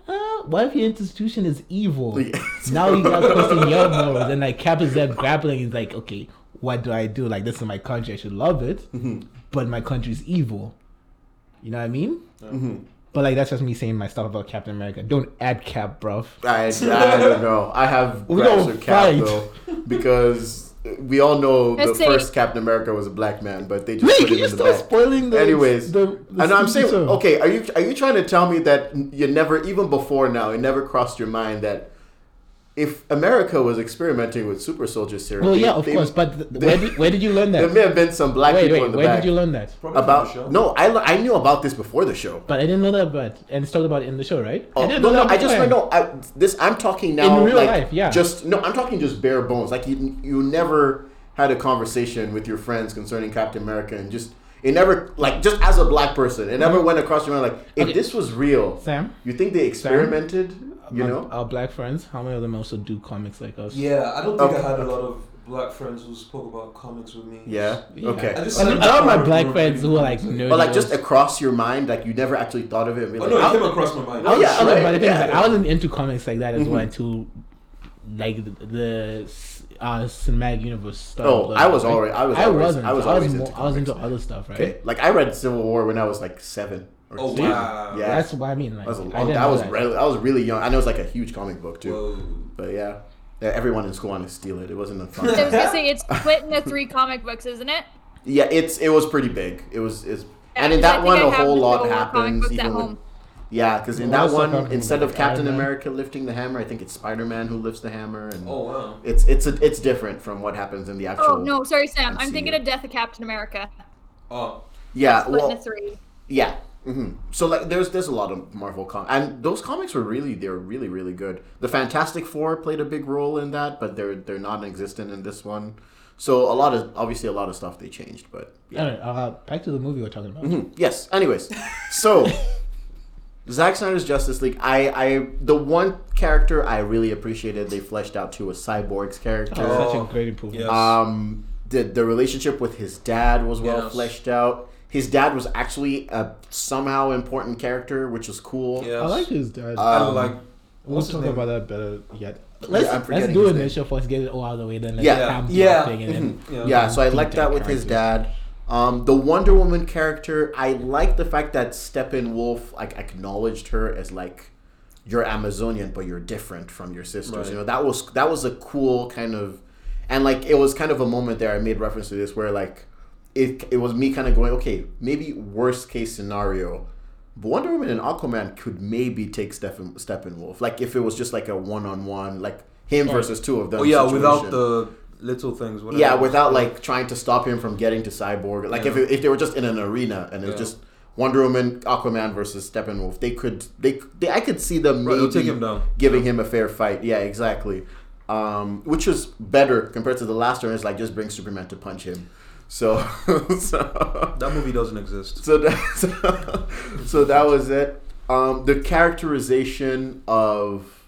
Uh, what if your institution is evil? Yes. Now you got questioning your morals, and like Cap is there grappling. He's like, okay, what do I do? Like, this is my country. I should love it, Mm-hmm. but my country's evil. You know what I mean? Mm-hmm. But like, that's just me saying my stuff about Captain America. Don't add Cap, bruv. I, I don't know. I have We gripes don't with Cap fight. though because we all know the Let's say- first Captain America was a black man, but they just Wait, put can him you in the stop back. spoiling the? Anyways, the, the I know I'm saying season? okay. Are you are you trying to tell me that you never even before now it never crossed your mind that if America was experimenting with super soldier serum? Well, they- yeah, of they- course. But th- where did where did you learn there that? may have been some black Wait, people wait, in the where back. did you learn that? Probably from the show. about no, I, le- I knew about this before the show. But I didn't know that, but and it's talked about in the show, right? Oh, I no, didn't no, that I just beforehand. no. I, this I'm talking now. In real like, life, yeah. Just no, I'm talking just bare bones. Like you, you never had a conversation with your friends concerning Captain America, and just it never like just as a black person, it never went across your mind. Like if Mm-hmm. Okay. this was real, Sam? Uh, you think they experimented? You Our- know, our black friends. How many of them also do comics like us? Yeah, I don't think Okay. I had a lot of black friends who spoke about comics with me. Oh, yeah, Yeah. okay. I just I said mean, a lot of my before, black before friends who are like people- nerds. but like just across your mind, like you never actually thought of it. and be Oh like, no, it "I'll- came across my mind. Oh, yeah, Okay, right, but the thing is, yeah. Mm-hmm. like, I wasn't into comics like that as well until like the, the uh, cinematic universe stuff. Oh, like, I was right? already. I was. I always, wasn't. I was I was, always more, into I was comics. into other stuff, right? Okay, like I read Civil War when I was like seven. Or Oh, two. wow. Yeah, That's what I mean. Like, That was a I long. didn't That know was that. really. I was really young. I know it's like a huge comic book too. Whoa. But yeah, Yeah, everyone in school wanted to steal it. It wasn't a I was fun. gonna say it's split into three comic books, isn't it? yeah, it's it was pretty big. It was is and in Yeah, 'cause I that think one I a have whole the lot Civil War comic happens. books at Even home. when, yeah, because in Well, that that's one, not happening instead with of Captain Iron Man. America lifting the hammer, I think it's Spider Man who lifts the hammer, and Oh wow. it's it's a, it's different from what happens in the actual. Oh no, sorry Sam, I'm MCU. thinking of Death of Captain America. Oh. Yeah, Split Uh, well, into three. yeah, Mm-hmm. So like, there's there's a lot of Marvel comics, and those comics were really they're really really good. The Fantastic Four played a big role in that, but they're they're not existent in this one. So a lot of obviously a lot of stuff they changed, but hmm, All right, uh, back to the movie we're talking Mm-hmm. about. yes. Anyways, so Zack Snyder's Justice League. I, I the one character I really appreciated they fleshed out to was Cyborg's character. That's Such Oh, a great improvement. yes. Um, the the relationship with his dad was well Yes. fleshed out. His dad was actually a somehow important character, which was cool. Yes. I like his uh, dad. I Um, like. we'll what's his talk name? about that better yet. Let's, I'm let's forgetting do his an name. initial first, get it all out of the way, then let's Yeah. Mm-hmm. come to the Yeah. thing and then- Yeah. Yeah, so I Detailed like that with his dad. Um, the Wonder Woman character, I like the fact that Steppenwolf like acknowledged her as like you're Amazonian, but you're different from your sisters. Right. You know that was that was a cool kind of, and like it was kind of a moment there. I made reference to this where like it it was me kind of going, okay, maybe worst case scenario, Wonder Woman and Aquaman could maybe take Steppen Steppenwolf. Like if it was just like a one on one, like him versus two of them. Oh yeah, without situation. the little things. Whatever. Yeah, without like trying to stop him from getting to Cyborg. Like if, Yeah. it, if they were just in an arena and it was Yeah. just Wonder Woman, Aquaman versus Steppenwolf, they could they, they I could see them Right, maybe they'll take him down. giving him a fair fight. Yeah, exactly. Um, which was better compared to the last one. Is like just bring Superman to punch him. So so that movie doesn't exist. so that, so, so that was it. Um, the characterization of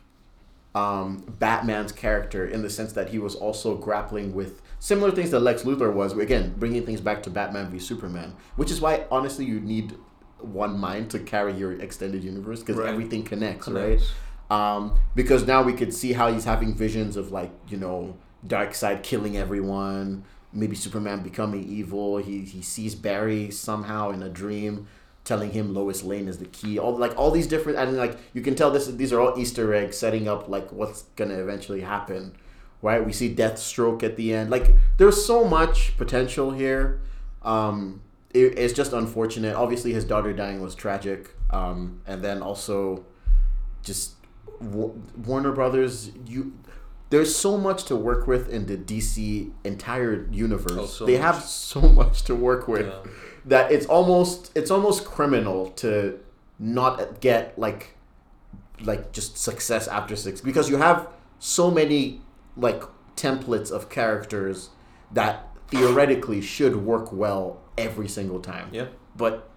um, Batman's character in the sense that he was also grappling with similar things that Lex Luthor was. Again, bringing things back to Batman v Superman, which is why honestly you need one mind to carry your extended universe because Right. everything connects, Connects. right? Um, because now we could see how he's having visions of like you know Dark Side killing everyone, maybe Superman becoming evil. He he sees Barry somehow in a dream. Telling him Lois Lane is the key, all like all these different, and like you can tell this these are all Easter eggs setting up like what's gonna eventually happen, right? We see Deathstroke at the end, like there's so much potential here. Um, it, it's just unfortunate. Obviously, his daughter dying was tragic, um, and then also just Wa- Warner Brothers. You there's so much to work with in the DC entire universe. Oh, so they much. have so much to work with Yeah. that it's almost it's almost criminal to not get like like just success after six because you have so many like templates of characters that theoretically should work well every single time. Yeah. But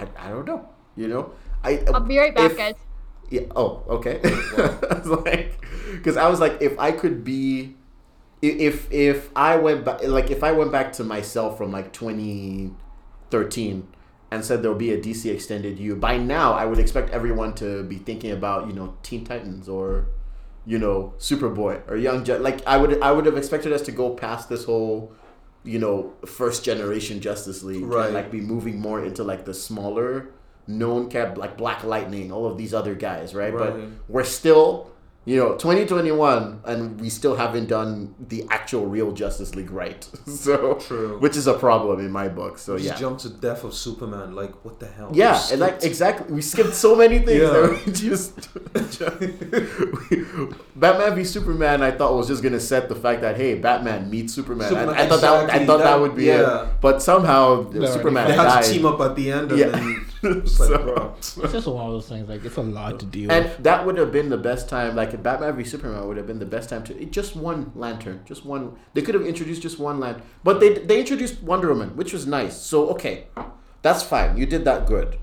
I, I don't know. You know, I I'll be right back, if- guys. yeah. Oh, okay. I was like, because I was like, if I could be, i- if if I went back, like if I went back to myself from like 2013 and said there'll be a DC extended U, by now I would expect everyone to be thinking about you know Teen Titans or you know Superboy or Young Justice. Like I would I would have expected us to go past this whole you know first generation Justice League, and, Right. like be moving more into like the smaller known cat like Black Lightning, all of these other guys, right? Right. But we're still, you know, 2021, and we still haven't done the actual real Justice League right. So True. which is a problem in my book. So Just yeah. jump to death of Superman. Like what the hell? Yeah, Just and like skipped. exactly, we skipped so many things. Yeah. that we just Batman v Superman. I thought was just gonna set the fact that hey, Batman meets Superman. Superman- I, I thought that I exactly, thought that, that- would be yeah. it. But somehow Superman they had died. to team up at the end, and Yeah. then it's like, So- bro. It's just one of those things, like, it's a lot to deal with. And that would have been the best time. Like Batman v Superman would have been the best time to it, just one lantern, just one. They could have introduced just one lantern, but they they introduced Wonder Woman, which was nice. So okay, that's fine. You did that good.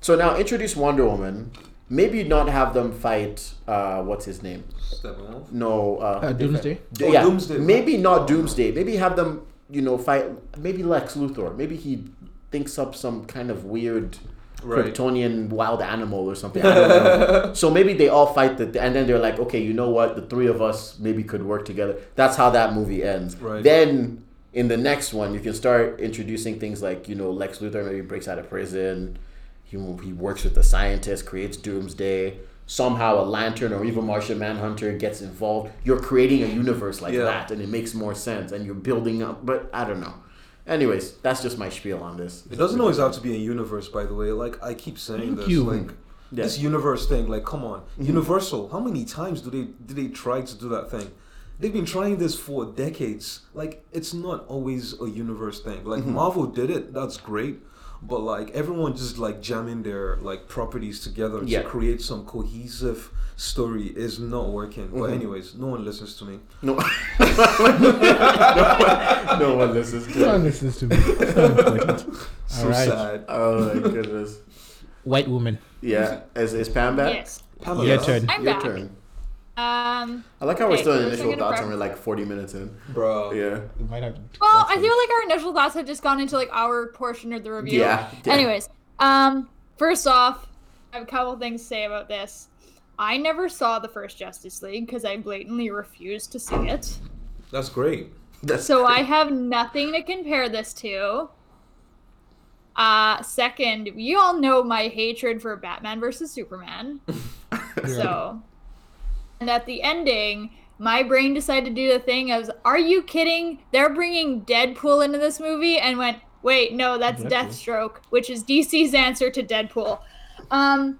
So now introduce Wonder Woman. Maybe not have them fight. Uh, what's his name? Steppenwolf. No. Uh, Uh, Doomsday? D- Oh, yeah. Doomsday. Maybe not Doomsday. Maybe have them. You know, fight. Maybe Lex Luthor. Maybe he thinks up some kind of weird. Right. Kryptonian wild animal or something. I don't know. so maybe they all fight the, and then they're like, okay, you know what? The three of us maybe could work together. That's how that movie ends. Right. Then in the next one, you can start introducing things like you know Lex Luthor maybe breaks out of prison. He he works with the scientist, creates Doomsday. Somehow a lantern or even Martian Manhunter gets involved. You're creating a universe like Yeah. that, and it makes more sense. And you're building up, but I don't know. Anyways, that's just my spiel on this. It doesn't always have to be a universe, by the way. Like I keep saying Thank this, you. Mm-hmm. like Yeah. this universe thing. Like, come on, Universal. How many times do they do they try to do that thing? They've been trying this for Mm-hmm. decades. Like, it's not always a universe thing. Like Marvel did it. That's great. but like everyone just like jamming their like properties together Yeah. to create some cohesive story is not working. Mm-hmm. But anyways, no one listens to me. No. no, one, no one listens No one to it. listens to me. It's not important. So All right. sad. Oh my goodness. White woman. Yeah. Is, is Pam back? Yes. Pamela, Your turn. I'm Your back. turn. Um. I like how we're Okay, still so in let's initial take it thoughts apart. and we're like 40 minutes in. bro. Yeah. Why not? Well, I feel like our initial thoughts have just gone into like our portion of the review. Yeah, yeah. Anyways, um, first off, I have a couple things to say about this. I never saw the first Justice League because I blatantly refused to see it. That's great. That's So great. I have nothing to compare this to. Uh, second, you all know my hatred for Batman versus Superman. So, and at the ending, my brain decided to do the thing of, "Are you kidding? They're bringing Deadpool into this movie," and went, "Wait, no, that's Deathstroke, which is DC's answer to Deadpool." Um,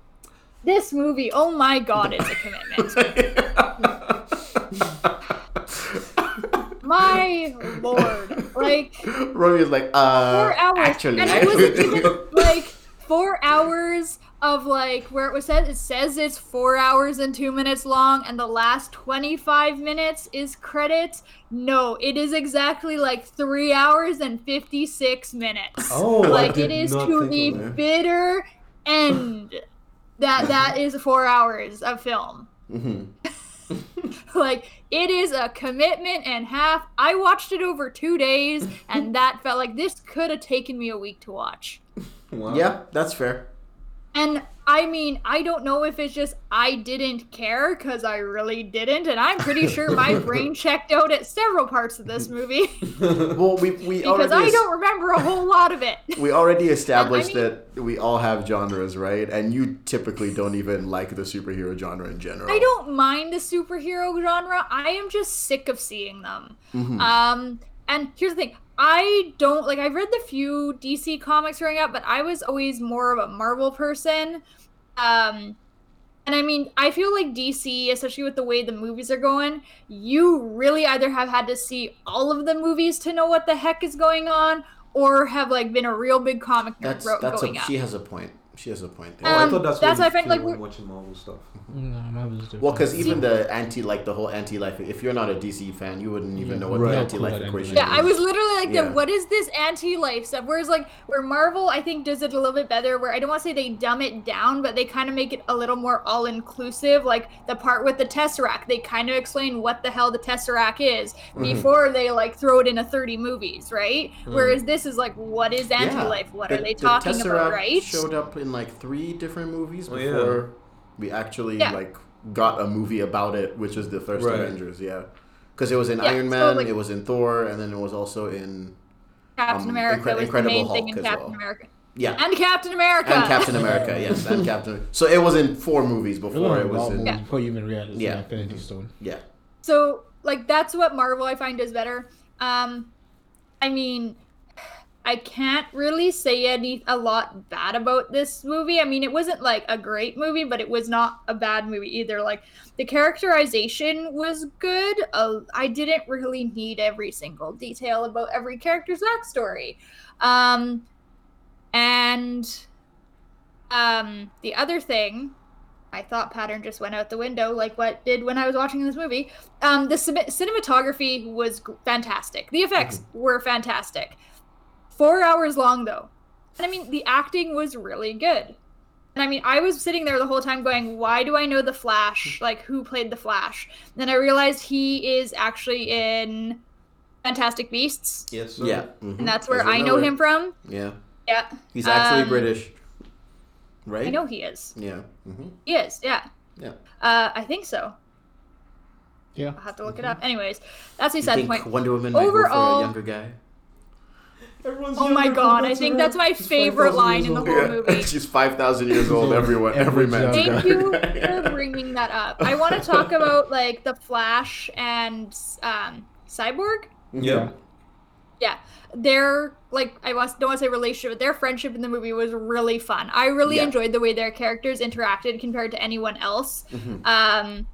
this movie, oh my god, it's a commitment. my lord, like Romy is like, uh. four hours, Actually. and I wasn't even like four hours of like where it was said. It says it's four hours and two minutes long, and the last twenty-five minutes is credits. No, it is exactly like three hours and fifty-six minutes. Oh, I like did it is not to think the of that. bitter end. That that is four hours of film. Mm-hmm. Mhm. Like it is a commitment and half. I watched it over two days, and that felt like this could have taken me a week to watch. Wow. Yeah, that's fair. And I mean, I don't know if it's just I didn't care because I really didn't, and I'm pretty sure my brain checked out at several parts of this movie Well, we, we because already. I es- don't remember a whole lot of it. We already established mean- that we all have genres, right? And you typically don't even like the superhero genre in general. I don't mind the superhero genre. I am just sick of seeing them. Mm-hmm. Um, and here's the thing. I don't like I've read the few DC comics growing up, but I was always more of a Marvel person. Um and I mean, I feel like DC, especially with the way the movies are going, you really either have had to see all of the movies to know what the heck is going on, or have like been a real big comic nerd That's ro- that's going a, up. she has a point. She has a point. Oh, There. I Um, thought that's, that's what what you I find, feel like, when we're- watching Marvel stuff. No, mine was well, different. because even the anti, like the whole anti-life. If you're not a DC fan, you wouldn't even know what Right. the anti-life Yeah, equation Yeah, is. I was literally like, Yeah. the, what is this anti-life stuff? Whereas like where Marvel, I think does it a little bit better. Where I don't want to say they dumb it down, but they kind of make it a little more all-inclusive. Like the part with the Tesseract, they kind of explain what the hell the Tesseract is Mm-hmm. before they like throw it in a thirty movies, right? Whereas this is like, what is Yeah. anti-life? What The- are they the talking Tesseract about, right? Showed up in like three different movies Oh, yeah. before we actually Yeah. like got a movie about it, which was the first Right. Avengers. Yeah, because it was in Yeah, Iron so, Man, like- it was in Thor, and then it was also in Captain um, America Incred- was Incredible the main thing Hulk in as Captain well. America. yeah. And Captain America. and Captain America, yes, and Captain. So it was in four movies before it was in. yeah. before you even realized Yeah. yeah. Infinity Stone. Yeah, So like that's what Marvel I find does better. Um I mean I can't really say any a lot bad about this movie. I mean it wasn't like a great movie, but it was not a bad movie either. Like the characterization was good. Uh, I didn't really need every single detail about every character's backstory. Um and um the other thing my thought pattern just went out the window, like what did when I was watching this movie. Um, the cin- cinematography was g- fantastic. The effects Mm-hmm. were fantastic. Four hours long though, and I mean the acting was really good. And I mean, I was sitting there the whole time going, "Why do I know the Mm-hmm. Flash? Like, who played the Flash?" And then I realized he is actually in Fantastic Beasts, Yes. Sir. yeah, mhm. and that's where As we I know it. him from. Yeah, Yeah, he's actually Um, British, right? I know he is. Yeah, hmm He is. Yeah. yeah. Uh, I think so. Yeah. I'll have to look it up. Anyways, that's Mm-hmm. You beside the think point. Wonder Woman might go Overall- for a younger guy? Everyone's Oh my younger god, I compared to think her. that's my She's favorite 5,000 line years in the old. whole movie. she's five thousand years old. Everyone, Every every man. job. Thank you for bringing that up. I want to talk about like the Flash and um, Cyborg. Yeah. Yeah, their like I was, don't want to say relationship, but their friendship in the movie was really fun. I really Yeah. enjoyed the way their characters interacted compared to anyone else. Mm-hmm. Um,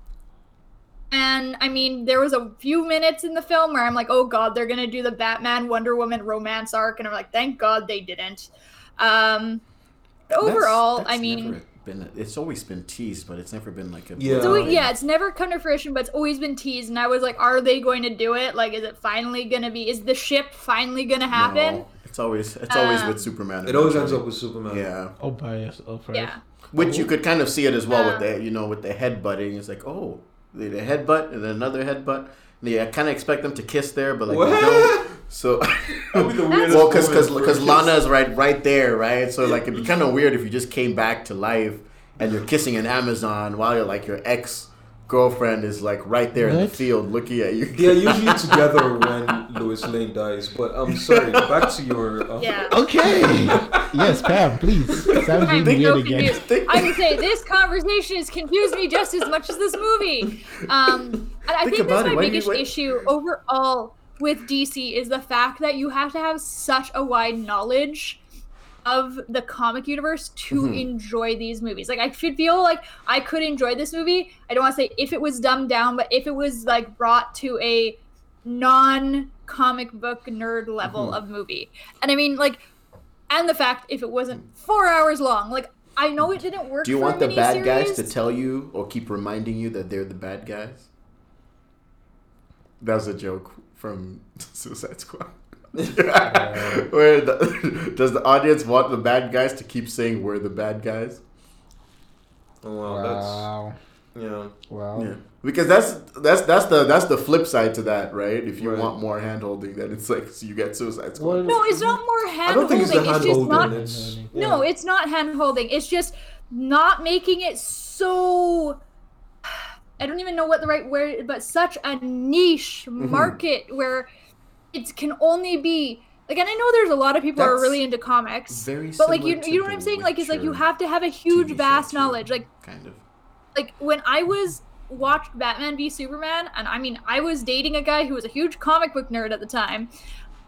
and I mean, there was a few minutes in the film where I'm like, oh god, they're gonna do the Batman Wonder Woman romance arc, and I'm like, thank God they didn't. Um, overall, I mean, never been a- it's always been teased, but it's never been like a Yeah. So Oh, it- yeah, it's never come to fruition, but it's always been teased. And I was like, are they going to do it? Like, is it finally going to be? Is the ship finally going to happen? No, it's always it's always Um, with Superman. It always eventually. ends up with Superman. yeah, Oh, by yourself, right? Yeah. which you could kind of see it as well with Uh, the you know with the head butting. It's like oh, they did a headbutt and then another headbutt. And yeah, I kind of expect them to kiss there, but like What? they don't. So That'd be the weirdest well, because moment because for a kiss. Lana is right right there, right? So like it'd be kind of weird if you just came back to life and you're kissing an Amazon while you're like your ex girlfriend is like right there in the What? field looking at you. They are usually together when Lois Lane dies, but I'm sorry, back to your. Um, Yeah. Oh, Okay. yes, Pam, please. Sounds I'm being so weird again. confused. I would say this conversation has confused me just as much as this movie. Um, and I Think think, about that's it. my Why do you biggest wait- issue overall with DC is the fact that you have to have such a wide knowledge of the comic universe to Mm-hmm. enjoy these movies. Like I should feel like I could enjoy this movie. I don't want to say if it was dumbed down, but if it was like brought to a non comic book nerd level Mm-hmm. of movie. And I mean like and the fact if it wasn't four hours long. Like I know it didn't work. Do you for want a the bad guys miniseries. to tell you or keep reminding you that they're the bad guys? That was a joke from Suicide Squad. Where the, does the audience want the bad guys to keep saying we're the bad guys? Oh, wow, that's. Wow. Yeah. Wow. Yeah, because that's that's that's the that's the flip side to that, right? If you Right. want more hand holding, then it's like so you get Suicide Squad. Well, No, it's not more hand I don't think it's the holding. hand It's just not holding. It's, No, it's not hand holding. It's just not making it so. I don't even know what the right word, but such a niche Mm-hmm. market where it can only be like. And I know there's a lot of people who are That's really into comics, very but like you, similar to you know what The I'm saying? Like, it's like you Witcher have to have a huge, TV show vast too, knowledge. Like, kind of. like when I was watched Batman v Superman, and I mean, I was dating a guy who was a huge comic book nerd at the time.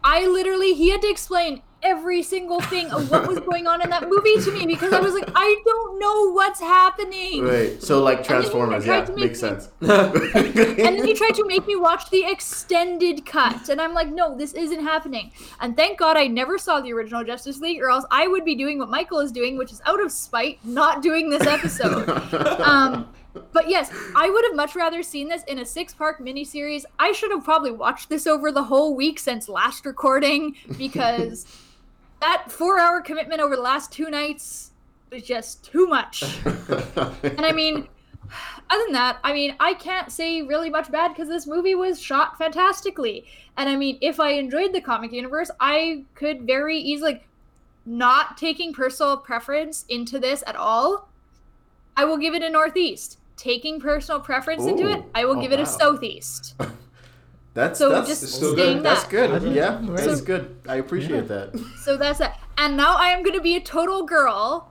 I literally, he had to explain every single thing of what was going on in that movie to me because I was like, I don't know what's happening. Right. So like then you Transformers, tried yeah, to make makes me- sense. And then he tried to make me watch the extended cut, and I'm like, no, this isn't happening. And thank God I never saw the original Justice League, or else I would be doing what Michael is doing, which is out of spite, not doing this episode. um, but yes, I would have much rather seen this in a six-part miniseries. I should have probably watched this over the whole week since last recording because that four-hour commitment over the last two nights was just too much. And I mean, other than that, I mean, I can't say really much bad because this movie was shot fantastically. And I mean, if I enjoyed the comic universe, I could very easily, not taking personal preference into this at all, I will give it a Northeast. Taking personal preference into it, Ooh. I will Oh, give it wow. a Southeast. that's So that's just It's still saying good. that's that. good. I Yeah, think- that's So- good. I appreciate that. So that's that. And now I am going to be a total girl.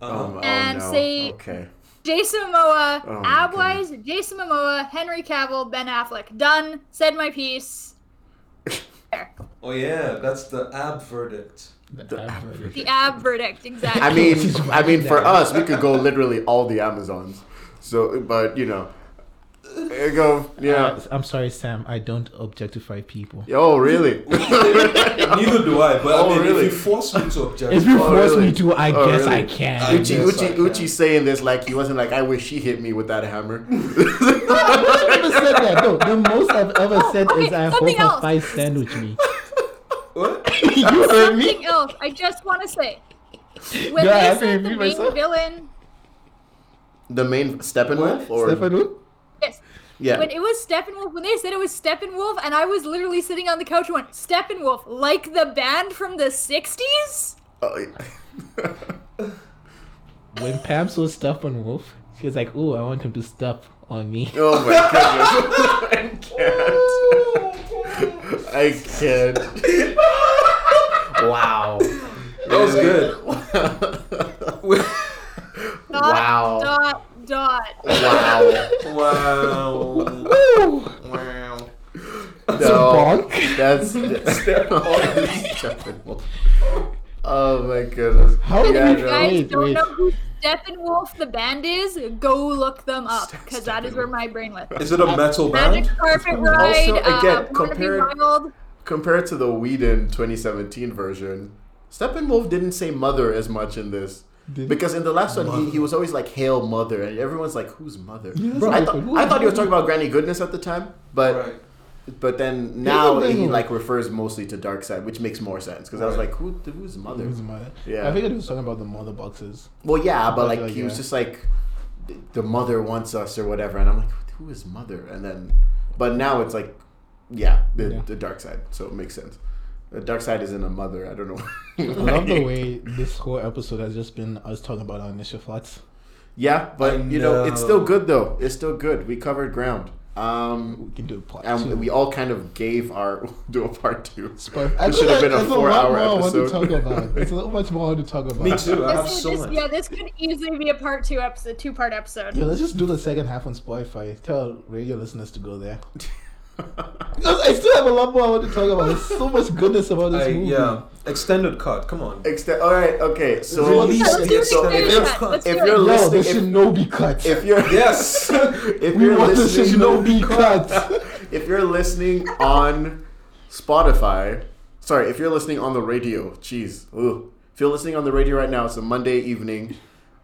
Um, And say- oh, okay. Jason Momoa, Oh my Abwise, Jason Momoa, Henry Cavill, Ben Affleck. Done. Said my piece. There. oh, yeah, that's the ab verdict. The ab verdict, exactly. I mean, She's I mean, for right there. us, we could go literally all the Amazons. So, but you know, there you go. Yeah. Uh, I'm sorry, Sam. I don't objectify people. Oh, really? Neither do I, but Oh, I mean, really? if you force me to object, uh, If you Oh, force really? me to, I Oh, guess really? I can. I Uchi, guess Uchi, I can. Uchi's saying this like he wasn't like, I wish she hit me with that hammer. I never said that. No, the most I've ever said Oh, okay, is I something hope her else. thigh sandwich me. what? you heard me? Something else I just want to say. When Do I have they to said the repeat main myself? villain, the main Steppenwolf? Or, Stefano? yes, Yeah. when it was Steppenwolf, when they said it was Steppenwolf, and I was literally sitting on the couch and went, Steppenwolf, like the band from the 60s? Oh, yeah. When Pam saw stuff on Wolf, she was like, "Ooh, I want him to step on me." Oh my goodness. I can't. I can't. Wow. That was good. Dot, Wow. dot, dot. wow. wow. Ooh, Wow. No, bonk. that's Steppenwolf. Oh my goodness. How If did Yeah, you no. guys Wait, don't wait. know who Steppenwolf the band is, go look them up, because that is where my brain went. Is it a metal Magic band? Carpet Ride, Also, again, uh, Born to Be compare- Wild. Compared to the Whedon 2017 version, Steppenwolf didn't say mother as much in this. Did- Because in the last one, Mother. he, he was always like, hail mother. And everyone's like, who's mother? Yeah, that's Bro, what I, I thought said. Who's I thought he was mother? talking about Granny Goodness at the time. But Right. but then now the thing he with- like refers mostly to Darkseid, which makes more sense. Because I was Right. like, Who, who's mother? His mother. Yeah. I figured he was talking about the mother boxes. Well, yeah, but But, like uh, he was yeah. just like, "The- the mother wants us or whatever, and I'm like, who is mother? And then, but now it's like, yeah, the, Yeah. the dark side, so it makes sense. The dark side isn't a mother. I don't know. I love the way this whole episode has just been us talking about our initial thoughts. Yeah, but I you know, it's still know. good though. It's still good. We covered ground. Um, We can do a part two. and we all kind of gave our do a part two. But This should have been a four-hour episode. I want to talk about. There's so much more I want to talk about. Me too. I have This so would just- much. yeah, this could easily be a part two episode, two part episode. Yo, let's just do the second half on Spotify. Tell radio listeners to go there. Because I still have a lot more I want to talk about. There's so much goodness about this I, movie. yeah. Extended cut. Come on. Extend. All right. Okay. So, Release so it. Let's do so the if extended you're- cut. Let's if do it. you're- Yo, Listen, there if- should no be cuts. if you're Yes. if we you're want there listening, should no be cuts. if you're listening on Spotify, sorry, if you're listening on the radio, jeez, ugh. if you're listening on the radio right now, it's a Monday evening,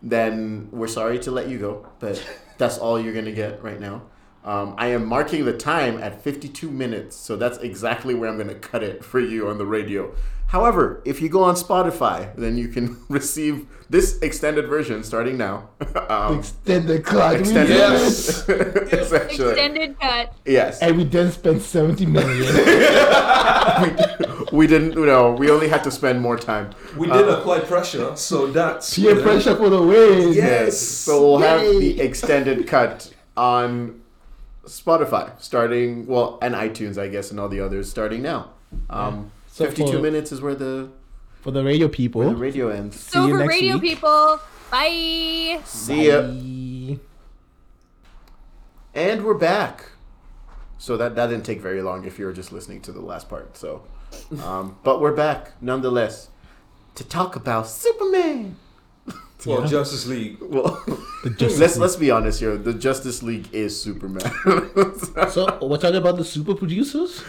then we're sorry to let you go, but that's all you're gonna get right now. Um, I am marking the time at 52 minutes, so that's exactly where I'm gonna cut it for you on the radio. However, if you go on Spotify, then you can receive this extended version starting now. Um, Extended cut. We extended, did it. Yes. essentially. extended cut. Yes. And we then spent 70 million. we didn't you know we only had to spend more time Uh, We did apply pressure, so that's Peer pressure for the win. Yes. so we'll have Yay. the extended cut on spotify starting well and itunes i guess and all the others starting now um, So 52 for- minutes is where the, For the radio the people. radio ends See So you for next radio week. people, bye. see ya Bye. and we're back so that that didn't take very long if you were just listening to the last part so um, but we're back nonetheless to talk about superman Well, Justice League. well The Justice let's League. let's be honest here. The Justice League is Superman. So we're talking about the super producers.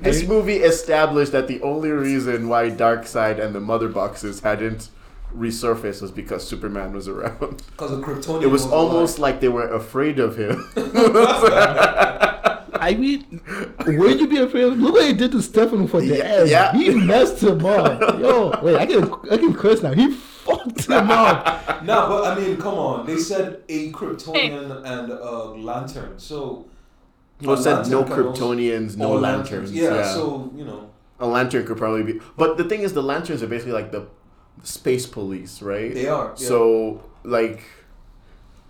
this movie established that the only reason why Darkseid and the Mother Boxes hadn't resurfaced was because Superman was around. Because of Kryptonian. It was almost alive. like they were afraid of him. I mean, would you be afraid? of Look what he did to Stefan for the Yeah, ass. yeah. He messed him up. Yo, wait, I can I can curse now. He fucked him up. No, but I mean, come on. They said a Kryptonian and a lantern. So. Well, a Oh, said lantern no can also- Kryptonians, no or lanterns. Yeah, So you know. a lantern could probably be. But the thing is, the lanterns are basically like the space police, right? They are, yeah. So like,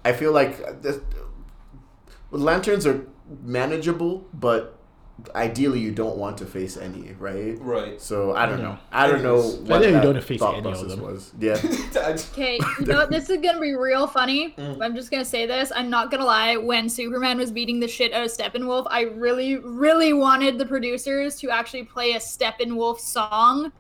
I feel like the, lanterns are manageable, but ideally you don't want to face any, right? Right. So I don't No. know. I don't know. Anyways. What I think you that don't face thought any of process them. Was. Yeah. I- Okay, you know what? this is gonna be real funny. Mm. I'm just gonna say this. I'm not gonna lie. When Superman was beating the shit out of Steppenwolf, I really, really wanted the producers to actually play a Steppenwolf song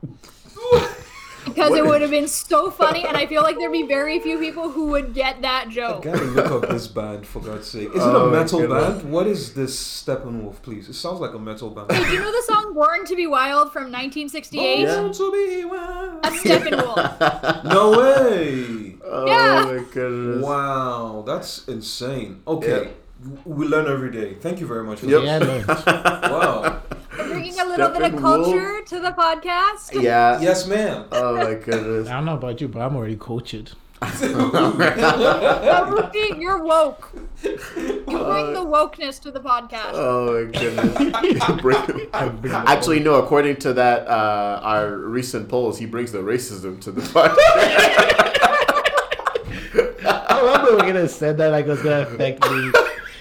because it would have been so funny, and I feel like there'd be very few people who would get that I joke. gotta look up this band for God's sake. Is Oh, it a metal goodness. band? What is this Steppenwolf, please? It sounds like a metal Hey, do band. you know the song "Born to Be Wild" from 1968? Oh, Yeah. Born to be wild. That's Steppenwolf. No way! Oh Yeah. my goodness. Wow, that's insane. Okay, we learn every day. Thank you very much. For Yep. Yeah, I know. that. Wow. We're bringing a little bit Steppenwolf. of culture to the podcast. Yeah. Yes, ma'am. Uh, Oh my I goodness. don't know about you, but I'm already cultured. Ruby, you're woke. You bring the wokeness to the podcast. Oh my goodness. Bring- bring the Actually, no. According to that, uh, our recent polls, he brings the racism to the podcast. I remember when I said that, like it was gonna affect me.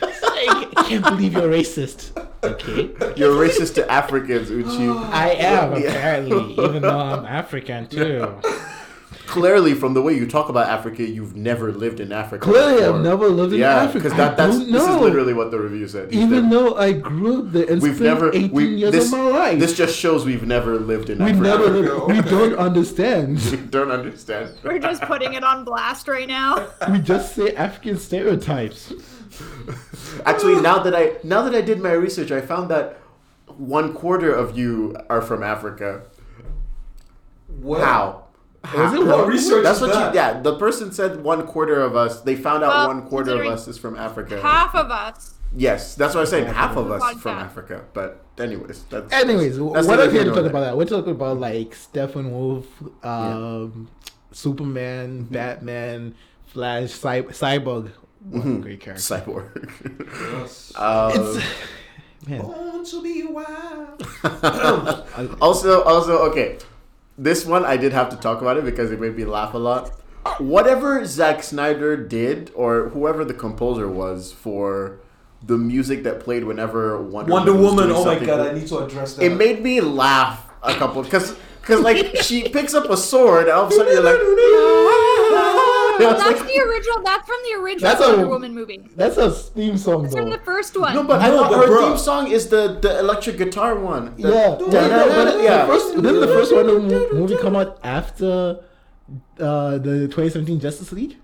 It's like, I can't believe you're racist. Okay, You're racist to Africans, Uchi. I am apparently, even though I'm African too. Clearly, from the way you talk about Africa, you've never lived in Africa. Clearly, before. I've never lived in yeah, Africa. because that, that's I don't this is know. literally what the review said. He even said, though I grew up there and we've spent never 18 we, years this, of my life. this just shows we've never lived in we Africa. never lived, we don't We understand. don't understand. We're just putting it on blast right now. we just say African stereotypes. Actually, now that I now that I did my research, I found that one quarter of you are from Africa. What? How? Was it What one- research That's is what that? you. Yeah, the person said one quarter of us. They found out Well, one quarter of considering us is from Africa. Half of us. Yes, that's what I'm saying. Half of us Podcast. from Africa. But anyways, that's Anyways, what that's are neither we here to nor talk about? there. That we're talking about like Stephen Wolf, um, Superman, Mm-hmm. Batman, Flash, Cy- Cyborg. What Mm-hmm. a great character! Cyborg. Yes. um, It's- man, Born to be wild. also, also, okay. This one I did have to talk about it because it made me laugh a lot. Whatever Zack Snyder did, or whoever the composer was for the music that played whenever Wonder, Wonder was Woman. doing Oh my something god, cool, I need to address that. it made me laugh a couple because because like she picks up a sword and all of a sudden you're like. I was That's like- the original. That's from the original That's a- Wonder Woman movie. that's a theme song It's from the though. first one. No, but I No, thought but her bruh. theme song is the, the electric guitar one. The- Yeah, Do- yeah, no, but Yeah. The first, didn't the first Wonder Woman movie come out after uh, the 2017 Justice League?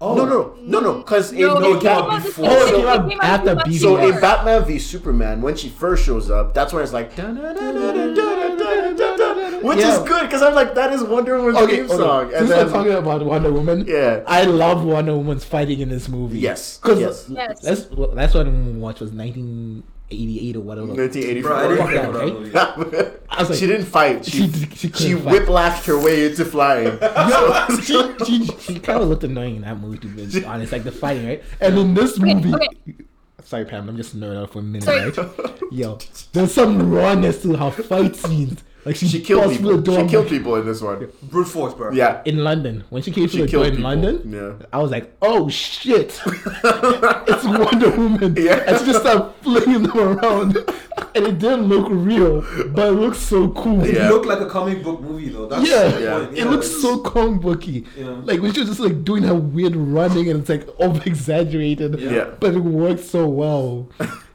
oh. No, no, no, no, because in, no, in it came Bat- out this- before. Oh, it came out it came after out BVS. so before. in Batman v Superman, when she first shows up, that's when it's like, "Da-da-da-da-da-da-da-da-da-da," which Yeah. is good because I'm like, that is Wonder Woman's theme song, Since and then we're talking about Wonder Woman, Yeah. I love Wonder Woman's fighting in this movie. Yes, because yes. Yes. that's well, that's what Wonder Woman watch was 1988 or whatever. 1984. Bro, I didn't Fuck care that, about right? that movie. was like- she didn't fight. She She did- she she, couldn't fight. whiplashed her way into flying. So- she, she, she kind of looked annoying in that movie, to be honest. Like the fighting, right? And in this movie, okay. sorry, Pam, I'm just nerd out for a minute, Sorry. right? Yo, there's some rawness to her fight scenes. Like she, she killed busts through people. the door She killed people in this one. Brute force, bro. Yeah, in London when she came She to the killed door in people. London. Yeah. I was like, oh shit, it's Wonder Woman. Yeah. and she just started flinging them around, and it didn't look real, but it looked so cool. It Yeah. looked like a comic book movie though. That's Yeah, the Yeah. point, it looks it's- so comic booky. Yeah. Like when she was just like doing her weird running and it's like over exaggerated. Yeah. Yeah. But it worked so well.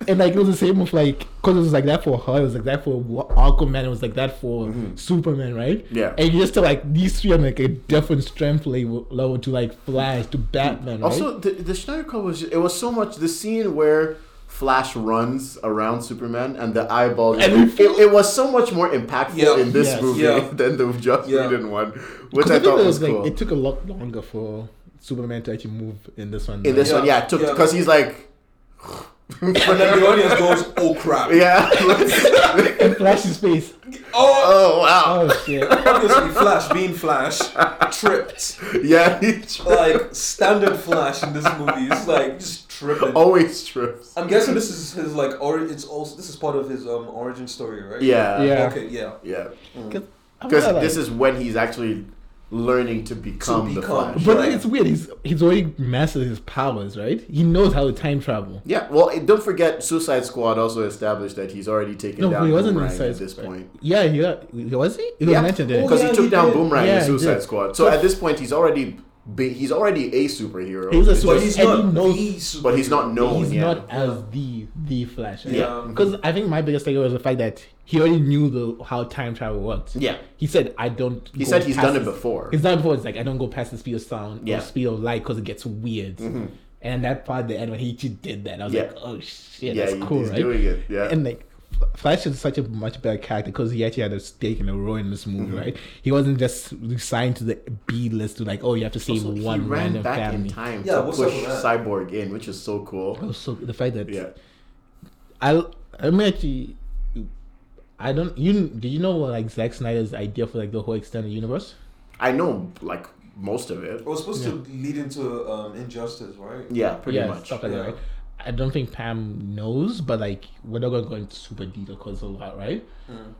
and like it was the same with like, because it was like that for her, it was like that for Wa- Aquaman, it was like that for Superman, right? Mm-hmm. Yeah. And you just tell like these three are like a different strength level, level to like Flash, to Batman, right? Also, the, the Schneider Cut was it was so much the scene where Flash runs around Superman and the eyeball. And It, it was so much more impactful Yeah. in this Yes. movie Yeah. than the Joss Yeah. Whedon one, which 'Cause I think thought it was like, cool. It took a lot longer for Superman to actually move in this one. in this right? Yeah. one, yeah, it took Yeah. because he's like, And then the audience goes, "Oh crap!" yeah, And Flash's face. Oh, oh wow, Oh shit. obviously, Flash being Flash tripped yeah, he like standard Flash in this movie. It's like just tripping. always trips. I'm guessing this is his like or it's also this is part of his um origin story, right? Yeah, Yeah. Okay. Yeah. yeah, because Because this is when he's actually learning to become, the become. Flash. But Right. it's weird. He's he's already mastered his powers, right? He knows how to time travel. Yeah, well, and don't forget, Suicide Squad also established that he's already taken No, down but he wasn't in Boomerang Suicide at this Squad. point. Yeah, he he was he. He was Yeah. mentioned in Oh, it. Because yeah, he took he down did. Boomerang Yeah, in he Suicide did. Squad. So at this point, he's already be, he's already a superhero. He's a It's super- But just- he's And not he knows- the super- but he's not known He's yet. not as the the Flash. Yeah. Because I think my biggest takeaway was the fact that he already knew the how time travel worked. Yeah. He said, "I don't." He go said he's past done it this- before. He's done it before. It's like I don't go past the speed of sound Yeah. Mm-hmm. or speed of light because it gets weird. And that part, at the end when he actually did that, I was Yeah. like, "Oh shit, yeah, that's he- cool, he's right?" doing it. Yeah, and like F- Flash is such a much better character because he actually had a stake in a role in this Mm-hmm. movie, right? He wasn't just signed to the B list to like, oh, you have to save Also, he one ran random back family. in time Yeah, to what's up push with that? Cyborg in, which is so cool. Also, the fact that Yeah, I I'm actually I don't you do you know what like Zack Snyder's idea for like the whole extended universe? I know like most of it. It was supposed to lead into um injustice, right? Yeah, pretty yeah, much. stuff like yeah. that. Right? I don't think Pam knows, but like we're not gonna go into super detail because a lot, right? Mm.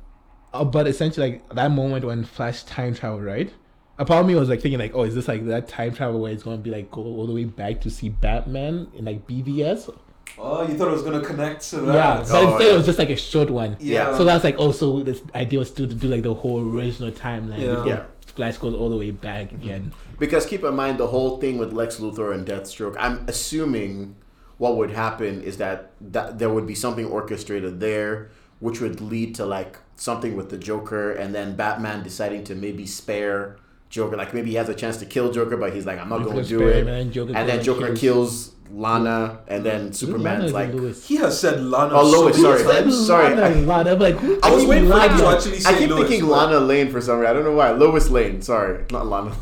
Uh, but essentially, like that moment when Flash time travel, right? A part of me was like thinking, like, oh, is this like that time travel where it's gonna be like go all the way back to see Batman in like BVS? Oh, you thought it was gonna connect to Yeah, that? but Oh, instead yeah. it was just like a short one. Yeah. So that's like also this idea was still to do like the whole original timeline. Yeah. before Yeah. Flash goes all the way back again. Because keep in mind the whole thing with Lex Luthor and Deathstroke. I'm assuming what would happen is that that there would be something orchestrated there, which would lead to like something with the Joker, and then Batman deciding to maybe spare Joker. Like maybe he has a chance to kill Joker, but he's like, I'm not going to Nicolas do Sperry, it. man, Joker and then kills- Joker kills- kills Lana, and then Superman's Lana like, is Lewis. He has said Lana. Oh, Lois, so many sorry. times. sorry, Lana, I- Lana, I'm like, who I was thinks waiting for him to Lana? actually say I keep Lois, thinking but- Lana Lane for some reason. I don't know why. Lois Lane. Sorry, not Lana. Lane.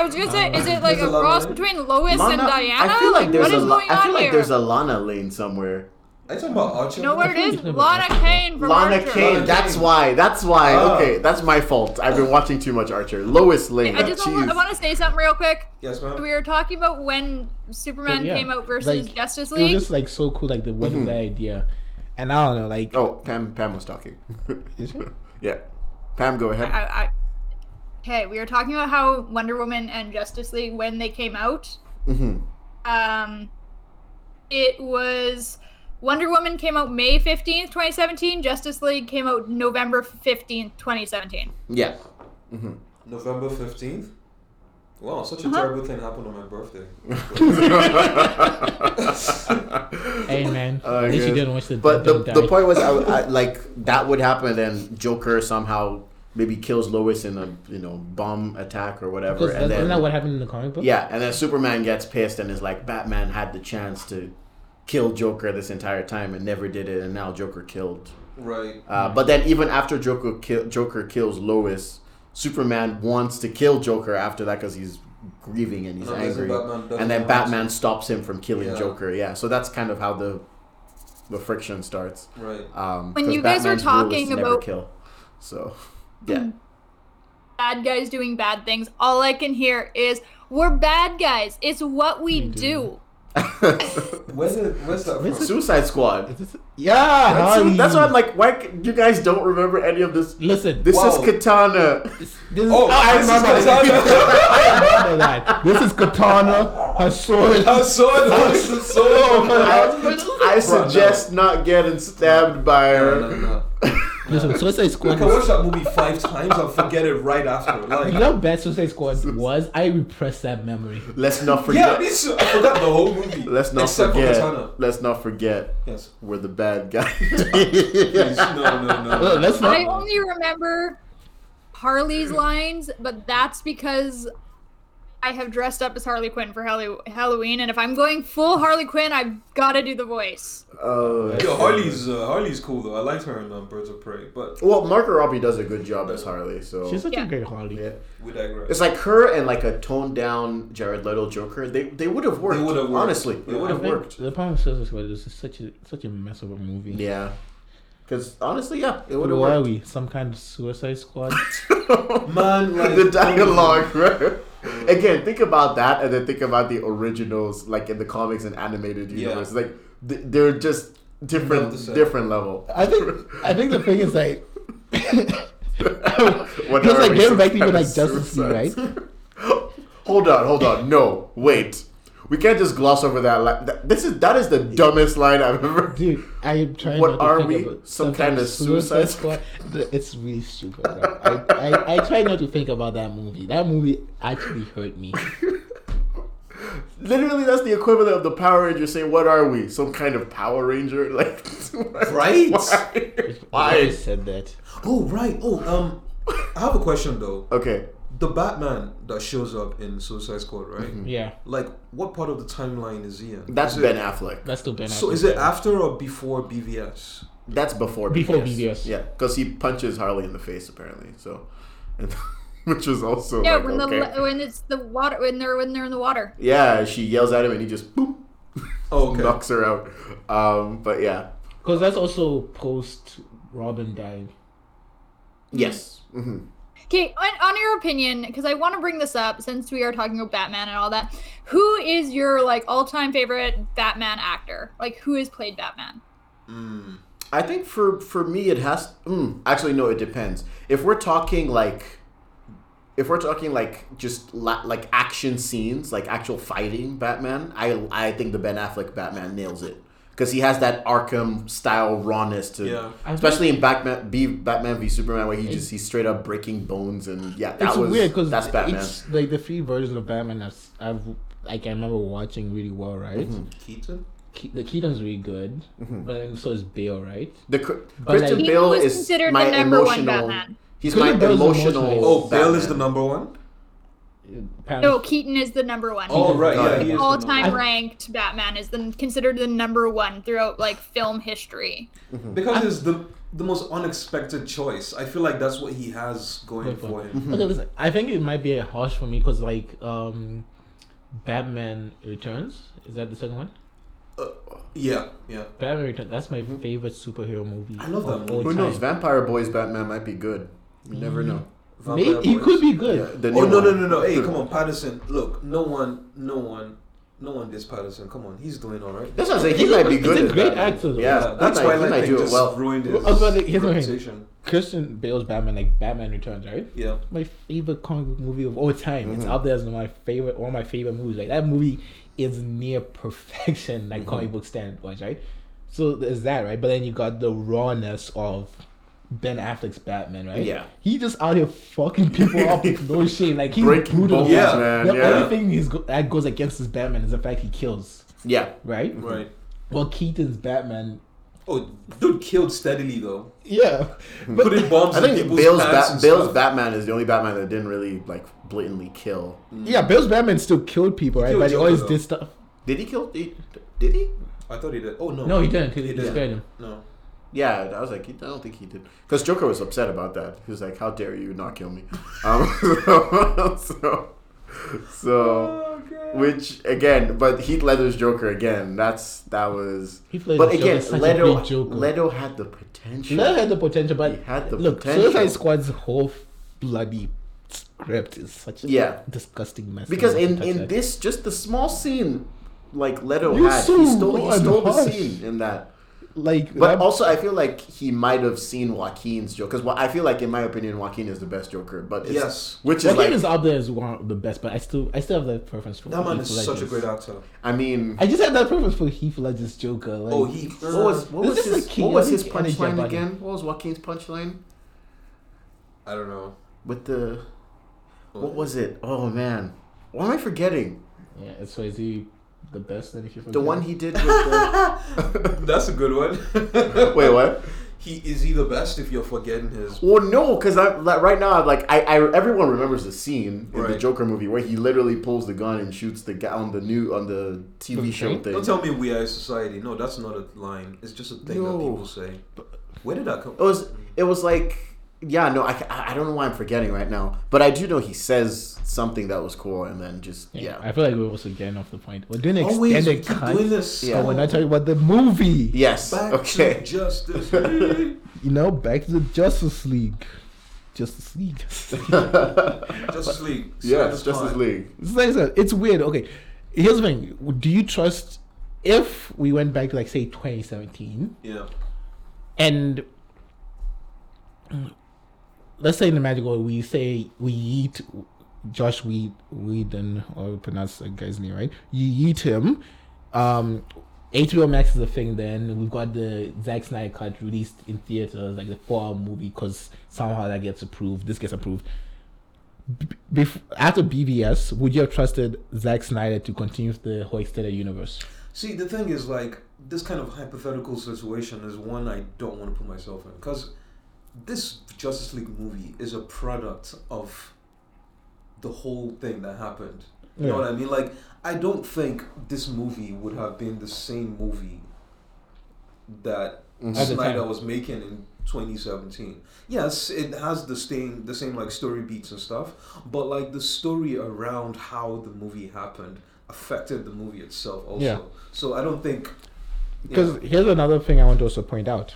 I was gonna say, is it like There's a a lot of cross that. between Lois and Lana. Diana? I feel like there's what a. is La- going I on feel like here? there's a Lana Lane somewhere. Are you talking about Archer? You know what it I think is? it's never Lana happened. Kane from Lana Archer. Kane. Lana that's Kane. why. That's why. Ah. Okay, that's my fault. I've been watching too much Archer. Lois Lane. I just jeez. want, I want to say something real quick. Yes, ma'am. We were talking about when Superman Yeah. came out versus Like, Justice It League. was just like so cool, like the what is that idea? And I don't know, like Mm-hmm. Oh, Pam. Pam was talking. Is she? yeah, Pam, go ahead. I, I, hey, we were talking about how Wonder Woman and Justice League when they came out. hmm Um, it was Wonder Woman came out May fifteenth, twenty seventeen. Justice League came out November fifteenth, twenty seventeen. Yeah. November 15th? Wow, such a Uh-huh. terrible thing happened on my birthday. hey man, Uh, at least you good. didn't watch the But the, don't the die. point was, I, I, like that would happen, and then Joker somehow maybe kills Lois in a you know bomb attack or whatever, Because and that's- isn't that then what happened in the comic book? yeah, and then Superman gets pissed and is like, Batman had the chance to kill Joker this entire time and never did it, and now Joker killed. right. Uh, but then even after Joker kill, Joker kills Lois, Superman wants to kill Joker after that because he's grieving and he's And then angry, Batman doesn't and then want Batman stops him from killing Yeah. Joker. Yeah, so that's kind of how the the friction starts. Right. Um, When 'cause you guys were Batman's rule is talking to never about- kill, so yeah, bad guys doing bad things. All I can hear is we're bad guys. It's what we do. Where's, it, where's that Where's from? Suicide Squad. Is this- yeah. That's, Harley. that's why I'm like, why c- you guys don't remember any of this? Listen, This Wow. is Katana. This is, Oh, I this is remember Katana. I remember that. This is Katana, her sword. Oh, I saw it. I saw it. I, I suggest not getting stabbed by her. No, no, no. Listen, Suicide Squad. I can watch is- that movie five times and forget it right after. You Like, know, how bad Suicide Squad was. I repressed that memory. Let's not yeah, forget. this, I forgot the whole movie. let's not except forget. for Katana. Let's not forget. Yes. We're the bad guys. Please, no, no, no. Well, let's I not. only remember Harley's lines, but that's because I have dressed up as Harley Quinn for Hallow- Halloween, and if I'm going full Harley Quinn, I've got to do the voice. Oh, Yo, Harley's uh, Harley's cool though. I liked her in um, Birds of Prey, but Well, Margot Robbie does a good job as Harley. So She's such Yeah. a great Harley. yeah. we digress. It's like her and like a toned down Jared Leto Joker. They they would have worked. would've worked. Honestly, it Yeah. would I have think worked. The problem with Suicide Squad is it's such a such a mess of a movie. Yeah. Because honestly, yeah, it would have Who are worked. we? Some kind of Suicide Squad? Man, like- the dialogue, right? Again, think about that, and then think about the originals, like in the comics and animated Yeah. universe. Like th- they're just the different, same. different level. I think I think the thing is like What Just are like we, going some back to kind of like Justice League, suicides? right? hold on, hold on. No, wait. We can't just gloss over that. Li- th- this is that is the dumbest line I've ever. Dude, I am trying. What not to are think we? about Some kind of suicide squad? It's really stupid. right? I, I I try not to think about that movie. That movie actually hurt me. Literally, that's the equivalent of the Power Ranger saying, "What are we? Some kind of Power Ranger?" Like, Right. Why? I Why? said that. oh right. Oh um, I have a question though. Okay. The Batman that shows up in Suicide Squad, right? Mm-hmm. Yeah, Like, what part of the timeline is he in? That's Is it- Ben Affleck. that's still Ben. So Affleck. is it after or before BVS? That's before BBS. Before BBS. Yeah, because he punches Harley in the face apparently. So, and, which was also Yeah, like, when okay. the when it's the water when they're when they're in the water. yeah, she yells at him and he just boop Oh, okay. knocks her out. Um, but yeah, Because that's also post Robin dying. yes, hmm Okay, on, on your opinion, because I want to bring this up since we are talking about Batman and all that. Who is your like all time favorite Batman actor? Like who has played Batman? Mm. I think for for me it has. Mm, actually, no, it depends. If we're talking like. If we're talking like just la- like action scenes, like actual fighting Batman, I I think the Ben Affleck Batman nails it because he has that Arkham style rawness to Yeah. I especially in Batman, B, Batman v Superman, where he just he's straight up breaking bones and yeah, that it's was weird because that's Batman. It's like the three versions of Batman that I've like I remember watching really well, right? Mm-hmm. Keaton. Ke- the Keaton's really good, but then so is Bale, right? The Cr- But like- Christian Keaton Bale was is considered my the number one emotional. Batman. He's Christian my Bale's emotional. emotional. Oh, Bale is the Batman. number one. Apparently, No, Keaton is the number one. Oh right, yeah, Keaton's not he in is All the time number- ranked Batman is the considered the number one throughout like film history. number- because it's the the most unexpected choice. I feel like that's what he has going Good for point. him. Okay, listen, I think it might be a harsh for me because like um, Batman Returns is that the second one? Yeah, yeah. Batman Returns. That's my Mm-hmm. favorite superhero movie. I love of that all movie. Who knows? time. Vampire Boys Batman might be good. You never know. Vampire Maybe he Boys. could be Yeah, good. the Mm-hmm. Oh new no no one. no no! Hey, come on, Patterson. Look, no one, no one, no one dissed Patterson. Come on, he's doing all right. That's what I'm saying. He might be He's good. a at great Batman. actor, though. Yeah, Yeah, he that's might- why he I might think do it just well. ruined I was about to- here's his my thing. reputation. Christian Bale's Batman, like Batman Returns, right? Yeah. My favorite comic book movie of all time. It's out there as one of my favorite, one of my favorite movies. Like that movie is near perfection, like comic book standard wise, right? So there's that, right? But then you got the rawness of Ben Affleck's Batman, right? Yeah. he just out here fucking people up with no shame. Like he's Breaking brutal. bones, Yeah. man. The Yeah. only thing he's go- that goes against his Batman is the fact he kills, yeah. right? Right. Well, Keaton's Batman, Oh, dude killed steadily though. yeah, but Putting bombs I in think people's Bale's, pants Bat and Bale's stuff. Batman is the only Batman that didn't really like blatantly kill. Mm. yeah, Bill's Batman still killed people, right? killed but he Joker, always though. did stuff. Did he kill? He, did he? I thought he did. Oh no. No, he didn't. 'cause He He didn't. just spared him. No. Yeah, I was like, I don't think he did. Because Joker was upset about that. He was like, "How dare you not kill me?" Um, so, so, so- which again, but Heath Ledger's Joker again. That's that was. He played But the Joker, again, such a Leto, great Joker. Leto had the potential. Leto had the potential, but He had the look, potential. Suicide Squad's whole bloody script is such a Yeah. disgusting mess. because I don't in touch in it. this, just the small scene, like Leto You're had, so he stole, he raw and stole the harsh. scene in that. like, But that- also, I feel like he might have seen Joaquin's Joker. Because I feel like, in my opinion, Joaquin is the best Joker. But it's, Yes. which is Joaquin like, is out there as one of the best, but I still, I still have that preference for That man Heath is such a Ledger's. great actor. I mean, I just had that preference for Heath Ledger's Joker. Like, Oh, he. What was, what This was is the his, king what was of his energy punchline body. again? What was Joaquin's punchline? I don't know. With the. What was it? Oh, man. Why am I forgetting? yeah. So is he the best? Then if you The one he did with the. That's a good one. Wait, what? He is he the best if you're forgetting his. Well, no, because I like, right now, I'm like I, I, everyone remembers the scene in the Right. Joker movie where he literally pulls the gun and shoots the guy on the new on the TV show train? thing. Don't tell me we are a society. No, that's not a line. It's just a thing No. that people say. Where did that come? It was it was like yeah no I, I I don't know why I'm forgetting right now but I do know he says something that was cool and then just Yeah. yeah Oh, I feel like we're also getting off the point. We're doing Always extended keep doing cut. this. Yeah. And we're not talking about the movie. yes Back okay to justice. justice You know, back to the Justice League. Justice League. League. Snyder's yes Justice fine. League It's like I said, it's weird. Okay, here's the thing: Do you trust if we went back to like say 2017 Yeah. and let's say in the Magic World we say we eat Josh Weed Whedon or pronounce that guy's name right? You eat him. Um, HBO Max is a thing. Then we've got the Zack Snyder cut released in theaters, like the four-hour movie, because somehow that gets approved. This gets approved. Bef- after BVS, would you have trusted Zack Snyder to continue the whole extended universe? See, the thing is, like, this kind of hypothetical situation is one I don't want to put myself in. Because this Justice League movie is a product of the whole thing that happened. You know Yeah. what I mean? Like, I don't think this movie would have been the same movie that At the Snyder time. was making in 2017. Yes, it has the same the same like story beats and stuff, but like the story around how the movie happened affected the movie itself also. Yeah. So I don't think you Because know, here's another thing I want to also point out.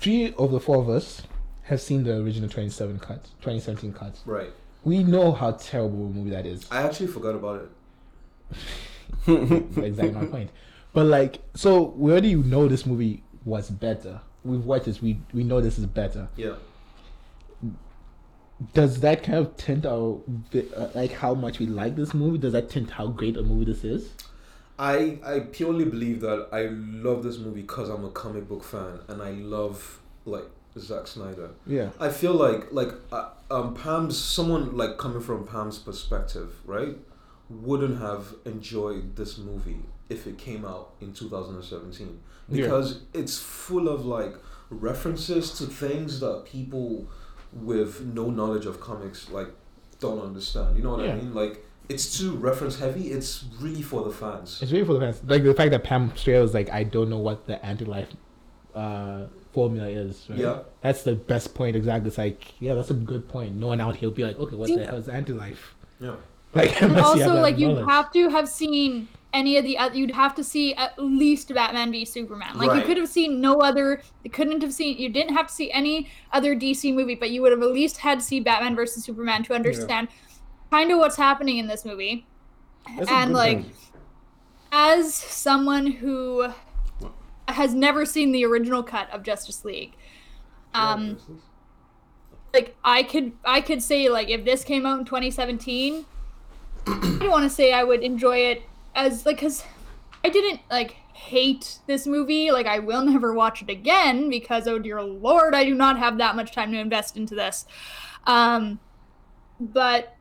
Three of the four of us have seen the original 27 cut, 2017 cut. right. We know how terrible a movie that is. I actually forgot about it. That's exactly my point. But like, so we already know this movie was better. We've watched this. We we know this is better. Yeah. Does that kind of tint our vi- uh, like how much we like this movie? Does that tint how great a movie this is? I I purely believe that I love this movie because I'm a comic book fan and I love like Zack Snyder. Yeah. I feel like like uh, um, Pam's someone like coming from Pam's perspective, right? Wouldn't have enjoyed this movie if it came out in 2017 Yeah. because it's full of like references to things that people with no knowledge of comics like don't understand. You know what Yeah. I mean? Like it's too reference heavy. It's really for the fans. It's really for the fans. Like the fact that Pam Strayer was like, I don't know what the anti life uh, formula is. Right? Yeah. That's the best point, exactly. It's like, yeah, that's a good point. No one out here will be like, okay, what the hell is anti life? Yeah. Like, And unless you have also, that like you knowledge. have to have seen any of the other. You'd have to see at least Batman v Superman. Like you Right. could have seen no other. You couldn't have seen. You didn't have to see any other DC movie, but you would have at least had to see Batman versus Superman to understand kind of what's happening in this movie. That's a and good like, point. as someone who has never seen the original cut of Justice League, um, like I could I could say like if this came out in 2017, I don't want to say I would enjoy it as like because I didn't like hate this movie. Like I will never watch it again because oh dear lord, I do not have that much time to invest into this. Um, but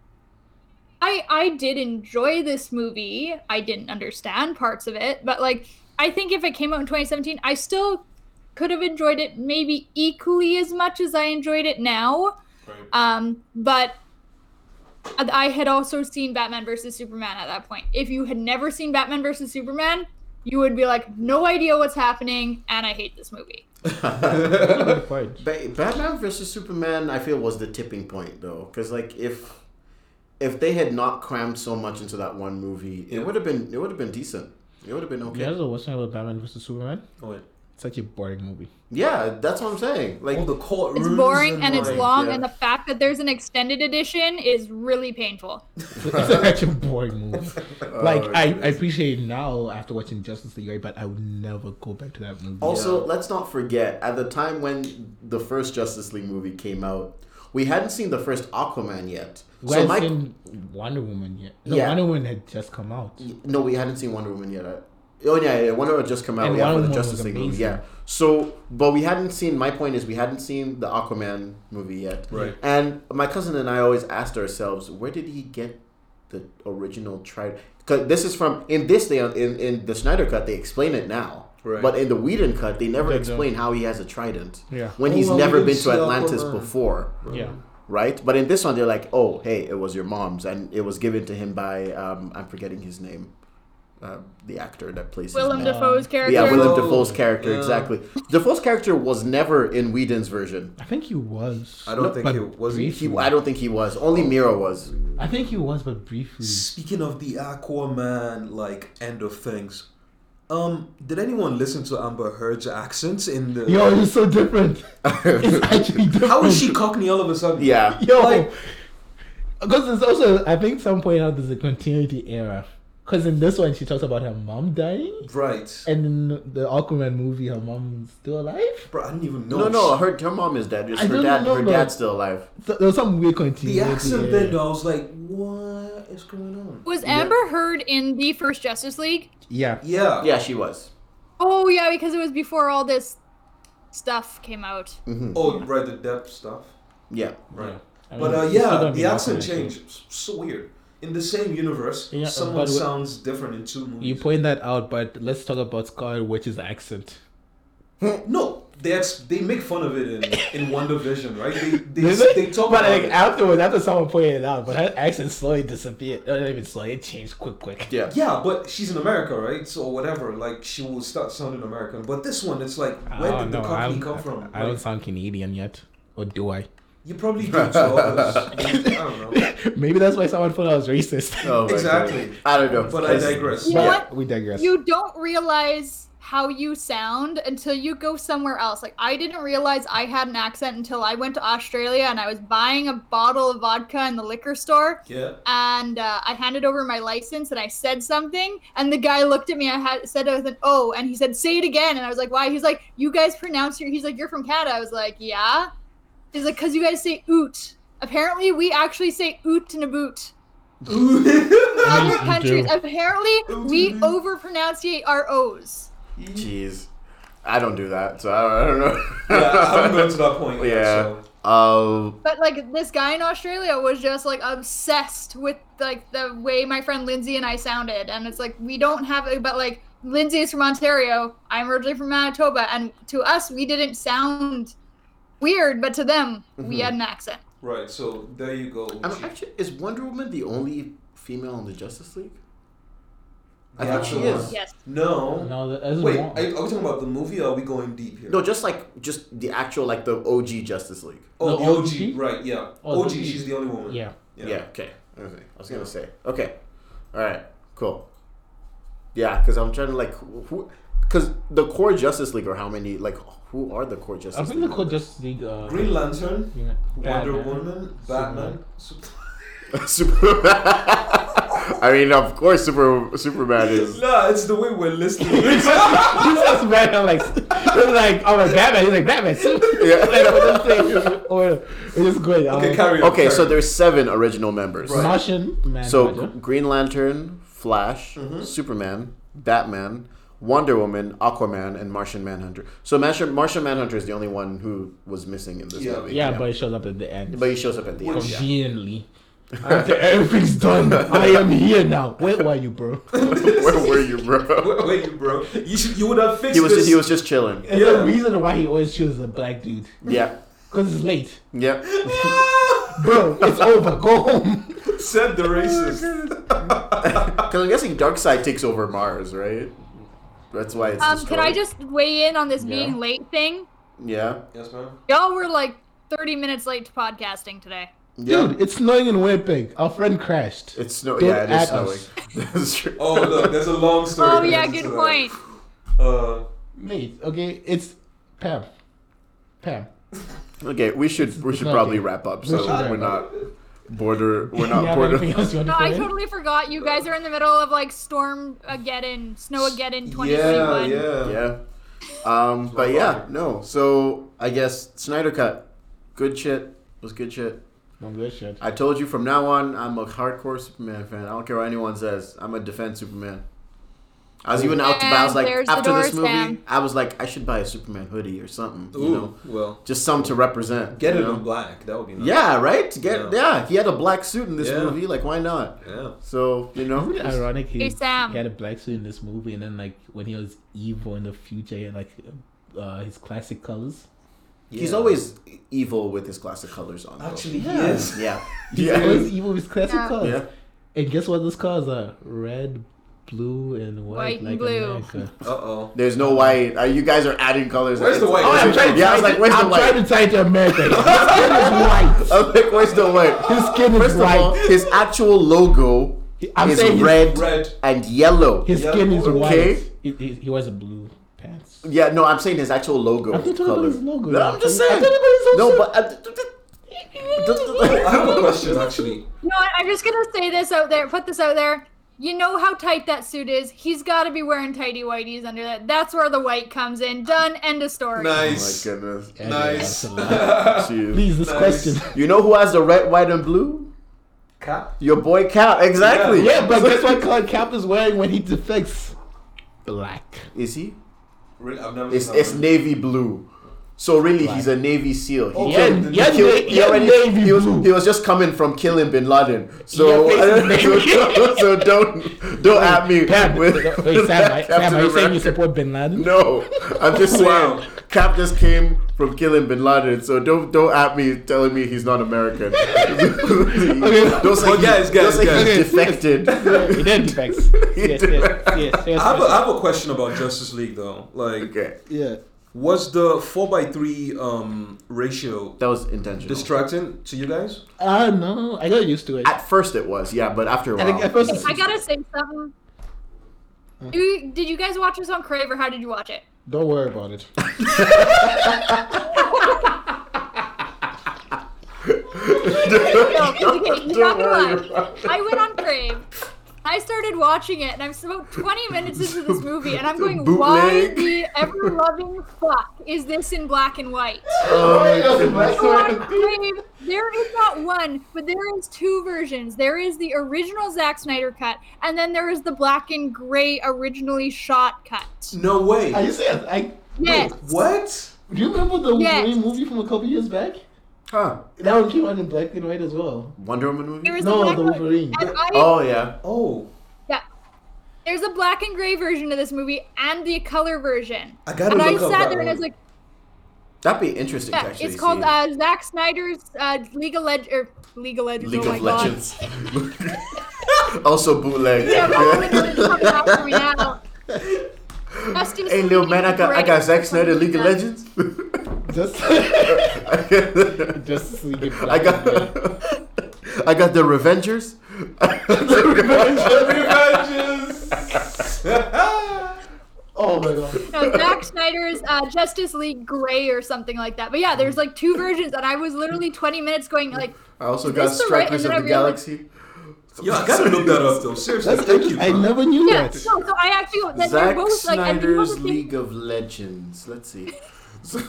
I I did enjoy this movie. I didn't understand parts of it, but like I think if it came out in 2017, I still could have enjoyed it maybe equally as much as I enjoyed it now. Right. Um, but I I had also seen Batman versus Superman at that point. If you had never seen Batman versus Superman, you would be like, no idea what's happening, and I hate this movie. Good point. Ba- Batman versus Superman, I feel was the tipping point though, because like if if they had not crammed so much into that one movie, Yeah. it would have been it would have been decent. It would have been okay. You guys are watching about Batman versus Superman? Oh, wait. It's such a boring movie. Yeah, that's what I'm saying. Like All the court It's boring and it's like, long, yeah. and the fact that there's an extended edition is really painful. It's such a boring movie. Like Uh, I, I appreciate it now after watching Justice League, right? But I would never go back to that movie. Also, let's not forget at the time when the first Justice League movie came out, we hadn't seen the first Aquaman yet. we So hadn't my seen Wonder Woman yet. No, Yeah. Wonder Woman had just come out. no, we hadn't seen Wonder Woman yet. I- Oh yeah, yeah, Wonder Woman just come out And yeah, Wonder for the Woman Justice was League movie. amazing. Yeah. So, but we hadn't seen. My point is, we hadn't seen the Aquaman movie yet. Right. And my cousin and I always asked ourselves, where did he get the original tri? Because this is from in this they in in the Snyder cut they explain it now. Right. But in the Whedon cut, they never They don't. explain how he has a trident. Yeah. When Oh, he's well, we never didn't been to see Atlantis Aquaman. before Yeah. right? But in this one, they're like, oh, hey, it was your mom's, and it was given to him by um, I'm forgetting his name, uh, the actor that plays. his Willem mom. Dafoe's character. Yeah, Willem Oh, Dafoe's character yeah. exactly. Dafoe's character was never in Whedon's version. I think he was. I don't No, think but he- was he? briefly. He, I don't think he was. Only Oh. Mira was. I think he was, but briefly. Speaking of the Aquaman like end of things, um, did anyone listen to Amber Heard's accents in the? Yo, it's so different. it's actually different. How is she Cockney all of a sudden? Yeah. Yo, Like- because it's also I think some point out there's a continuity error. Because in this one, she talks about her mom dying, Right. and in the Aquaman movie, her mom's still alive. Bro, I didn't even know. No, no, her her mom is dead. It's I her don't dad. know, her but- dad's still alive. So there was some weird The continuity. accent error. then, though, I was like, what is going on? Was Amber Heard in the first Justice League? Yeah. Yeah. Yeah, she was. Oh yeah, because it was before all this stuff came out. Oh, right, the depth stuff. Yeah. Right. I mean, But uh, it's still yeah, gonna be the accent Aquaman, so- change. S- So weird. In the same universe, Yeah, someone but we- sounds different in two movies. You point that out, but let's talk about Scarlet Witch's accent. no, they ex- they make fun of it in, in Wonder Vision, right? They they, Did they, talk but about like it. afterwards, after someone pointed it out, but her accent slowly disappeared. No, not even slowly, it changed quick, quick. Yeah. Yeah, but she's in America, right? So whatever, like she will start sounding American. But this one, it's like, where I don't did the know, cockney Oh, I'm- come from? I don't Like, sound Canadian yet, or do I? you probably do. So I, was, I don't know. Maybe that's why someone thought I was racist. Oh my God. Exactly. I don't know. But I digress. You But know what? We digress. You don't realize how you sound until you go somewhere else. Like I didn't realize I had an accent until I went to Australia and I was buying a bottle of vodka in the liquor store. Yeah. And uh, I handed over my license and I said something and the guy looked at me. I had said it with an O and he said say it again and I was like why? He's like you guys pronounce your. He's like you're from Canada. I was like yeah. He's like because you guys say oot. Apparently we actually say oot and a boot you other do. countries. Apparently, we Mhm. overpronunciate our O's. Jeez. I don't do that, so I don't, I don't know. yeah, I haven't gotten to that point yet. Yeah. So. Uh, But like this guy in Australia was just like obsessed with like the way my friend Lindsay and I sounded, and it's like we don't have. But like Lindsay is from Ontario, I'm originally from Mm-hmm. Manitoba, and to us we didn't sound weird, but to them we had an accent. Right, so there you go. I'm Uchi. actually is Wonder Woman the only female in the Justice League? I The think she actual is. one. Yes. no. No, there's Wait, one. are, are we talking about the movie or are we going deep here? No, just like just the actual like the OG Justice League. The oh, the OG, OG? right, yeah. Oh, OG, the- she's the only woman. yeah. Yeah. okay. Okay. I was gonna say. Okay. All right. Cool. Yeah, because I'm trying to like who, because the core Justice League or how many like who are the core Justice? I think the League Code members? Justice League. Uh, Green Lantern, you know, Wonder Batman. Woman, Batman. Super. I mean, of course, Super Superman is. nah, it's the way we're listening. He says Batman like, he's like, oh my Batman, he's like Batman. Yeah. Yeah. or it's just good. um, okay, carry on. Okay, so carry on. there's seven original members. Right. Martian Man. So Spider. G- Green Lantern, Flash, Mm-hmm. Superman, Batman, Wonder Woman, Aquaman, and Martian Manhunter. So Martian, Martian Manhunter is the only one who was missing in this Yeah. movie. yeah, but it shows up at the end. but he shows up at the end. Which- Yeah. Conveniently. After everything's done, I am here now. Where were you, bro? Where were you, bro? Wait, wait, bro. You should, you would have fixed He was this. he was just chilling. There's Yeah. a reason why he always chooses a black dude. Yeah. Because it's late. Yep. Bro, it's over. Go home. Said the Oh, racist. Because I'm guessing Darkseid takes over Mars, right? That's why it's. Um, can I destroyed. just weigh in on this Yeah. being late thing? Yeah. yes, ma'am. Y'all were like 30 minutes late to podcasting today. Yeah. Dude, it's snowing in Winnipeg. Our friend crashed. it's snow. Don't Yeah, it is add snowing. us. That's true. Oh, look, there's a long story. Oh, yeah, connected to good point. that. Uh, Mate, okay? It's Pam. Pam. Okay, we should we should not probably okay. wrap up We so should we're wrap up. not border we're you not have border. anything else you want No, to put I in? totally forgot. You guys are in the middle of like Storm Again, Snow Again yeah, 2021. yeah. Yeah. Um, but my yeah, body. no. So I guess Snyder cut. Good shit. Was good shit. No good shit. I told you from now on, I'm a hardcore Superman fan. I don't care what anyone says. I'm a defend Superman. I was even out to buy. I was And like, there's the after this doors, movie, Sam. I was like, I should buy a Superman hoodie or something. Ooh, You know, well, just some to represent. get you it know? in black. That would be nice. Yeah, right. Get yeah. Yeah. He had a black suit in this Yeah. movie. Like, why not? Yeah. So you know, Isn't it just- ironic he, Hey, Sam. he had a black suit in this movie, and then like when he was evil in the future, he had, like uh, his classic colors. he's Yeah. always evil with his classic colors on. though. Actually, Yeah. he is. yeah, He's always evil with his classic Yeah. colors. Yeah. And guess what? Those colors are red, blue, and White white, and like blue. America. Uh oh. There's no white. Uh, you guys are adding colors. Where's the It's- white? Oh, I'm trying to yeah, I was like, where's the I'm white? trying to tie it to America. His skin is white. I was like, where's the white? His skin is First of all, white. his actual logo I'm is saying his- red, Red. and yellow. His Yeah, skin is okay. white. He, he, he wears a blue pants. yeah, no, I'm saying his actual logo. I thought you about color. his logo. No, I'm just I saying. thought about his own No, suit. but. uh, I have a I, question, actually. Oh, You know what? I'm just gonna say this out there. Put this out there. You know how tight that suit is. He's got to be wearing tighty whities under that. That's where the white comes in. Done. End of story. Nice. oh my goodness. Yeah, nice. absolutely. Jeez. Please, this Nice. question. You know who has the red, white, and blue? Cap. Your boy Cap. Exactly. Yeah, but guess what color Cap is wearing when he defects? Black. Is he? Really? I've never It's, seen that it's one. navy blue. So really, he's a Navy SEAL. He Okay, Yeah, then yeah, he- na- he yeah, already navy he was blue. he was just coming from killing Bin Laden. So Your face so, is navy. so don't don't at me. Pam, with- wait, Sam, I- Captain Sam, are you saying you America. support Bin Laden? No, I'm just Wow. saying. Cap just came from killing Bin Laden, so don't don't at me telling me he's not American. Don't say But he- guys, don't guys, say guys. he's defected. He did defects. Yes, yes, yes, yes, I have, a, yes. I have a question about Justice League though. Like, Okay, Yeah. was the four by three um ratio that was intentional. distracting to you guys? I don't know. I got used to it. I, at first, it was yeah, but after a while, think at first, I gotta say something. Do you- did you guys watch this on Crave or how did you watch it? don't worry about it. No, 'cause, okay, he's not gonna worry lie. I went on Crave. I started watching it, and I'm about 20 minutes into this movie, and I'm going, "Why Bootleg. the ever-loving fuck is this in black and white?" Oh, on Crave, there is not one, but there is two versions. There is the original Zack Snyder cut, and then there is the black and gray originally shot cut. No way. Are you serious? I, Yes. what? do you remember the Yes. Wolverine movie from a couple years back? huh. That one came out in black and white as well. Wonder Woman movie. There is No, a black the and- Wolverine. And I, Oh yeah. Oh, yeah, there's a black and gray version of this movie and the color version. I gotta and I look up sat that there and I was one. like, That'd be interesting to Yeah, actually it's called see. uh, Zack Snyder's uh, League of Legends. Or League of Legends. League oh of my Legends. also bootleg. god. Yeah, but I'm gonna do it coming out for me now. Custom Hey, little man, I got I got Zack Greg- Snyder League of Uh, Legends. Just, just so you get I got I got the Revengers. Oh my god. No, Zack Snyder's uh, Justice League Gray or something like that. But yeah, there's like two versions, and I was literally 20 minutes going like, I also Is got this the right- Strikers and of then the I realized- Galaxy. Yo, I gotta look that up though. Seriously, That's thank you. I bro. never knew yeah, that. no. So I actually that they're Zack both like, and you know the Snyder's thing- League of Legends. Let's see.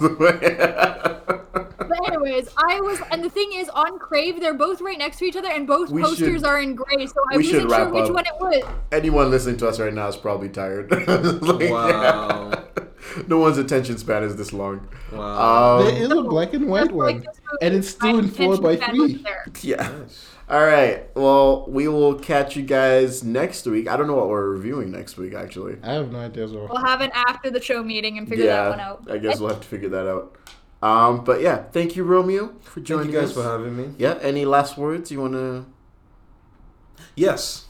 But anyways, I was, and the thing is, on Crave, they're both right next to each other, and both We posters should- are in gray, so I we should wasn't sure wrap which up. one it was. Anyone listening to us right now is probably tired. Like, Wow. No one's attention span is this long. Wow. Um, There is a black and white That's why one, this movie- and it's my still in four attention by span was three. there. yeah. Nice. All right. Well, we will catch you guys next week. I don't know what we're reviewing next week, actually. I have no idea as well. We'll have an after the show meeting and figure that one yeah, out. I guess we'll have to figure that out. Um, but yeah, thank you, Romeo, for Thank joining you guys us. for having me. yeah. Any last words you want to? Yes.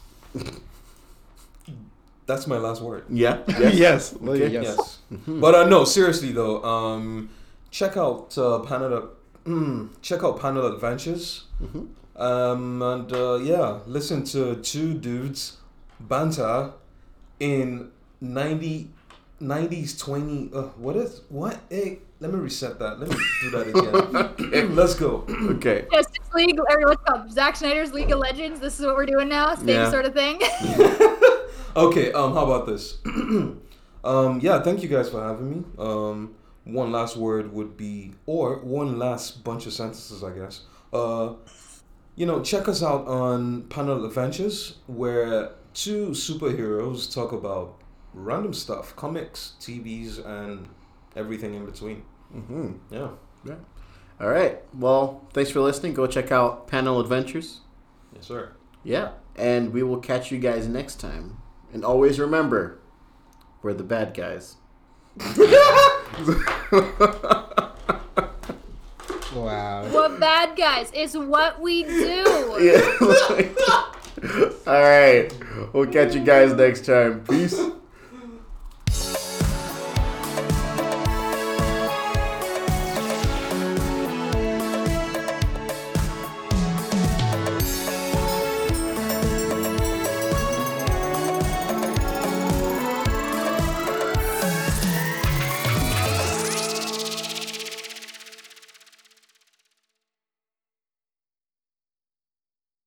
That's my last word. Yeah. yes. like, Okay. yes. Yes. But uh, no, seriously though, um, check out uh, Panel mm, check out Panel Adventures, um, and uh, yeah, listen to two dudes banter in 90, 90s twenty. Uh, what is what? Hey, let me reset that. Let me do that again. Let's go. Okay. Justice League, or what's up? Zack Snyder's League of Legends. This is what we're doing now. Same Yeah. sort of thing. Okay, um, how about this? um, yeah, thank you guys for having me. Um, one last word would be, or one last bunch of sentences, I guess. Uh, you know, check us out on Panel Adventures, where two superheroes talk about random stuff, comics, TVs, and everything in between. Mm-hmm. Yeah. Yeah. All right. Well, thanks for listening. Go check out Panel Adventures. Yes, sir. Yeah. And we will catch you guys next time. And always remember, we're the bad guys. Wow. We're bad guys. It's what we do. Yeah. All right. We'll catch you guys next time. Peace.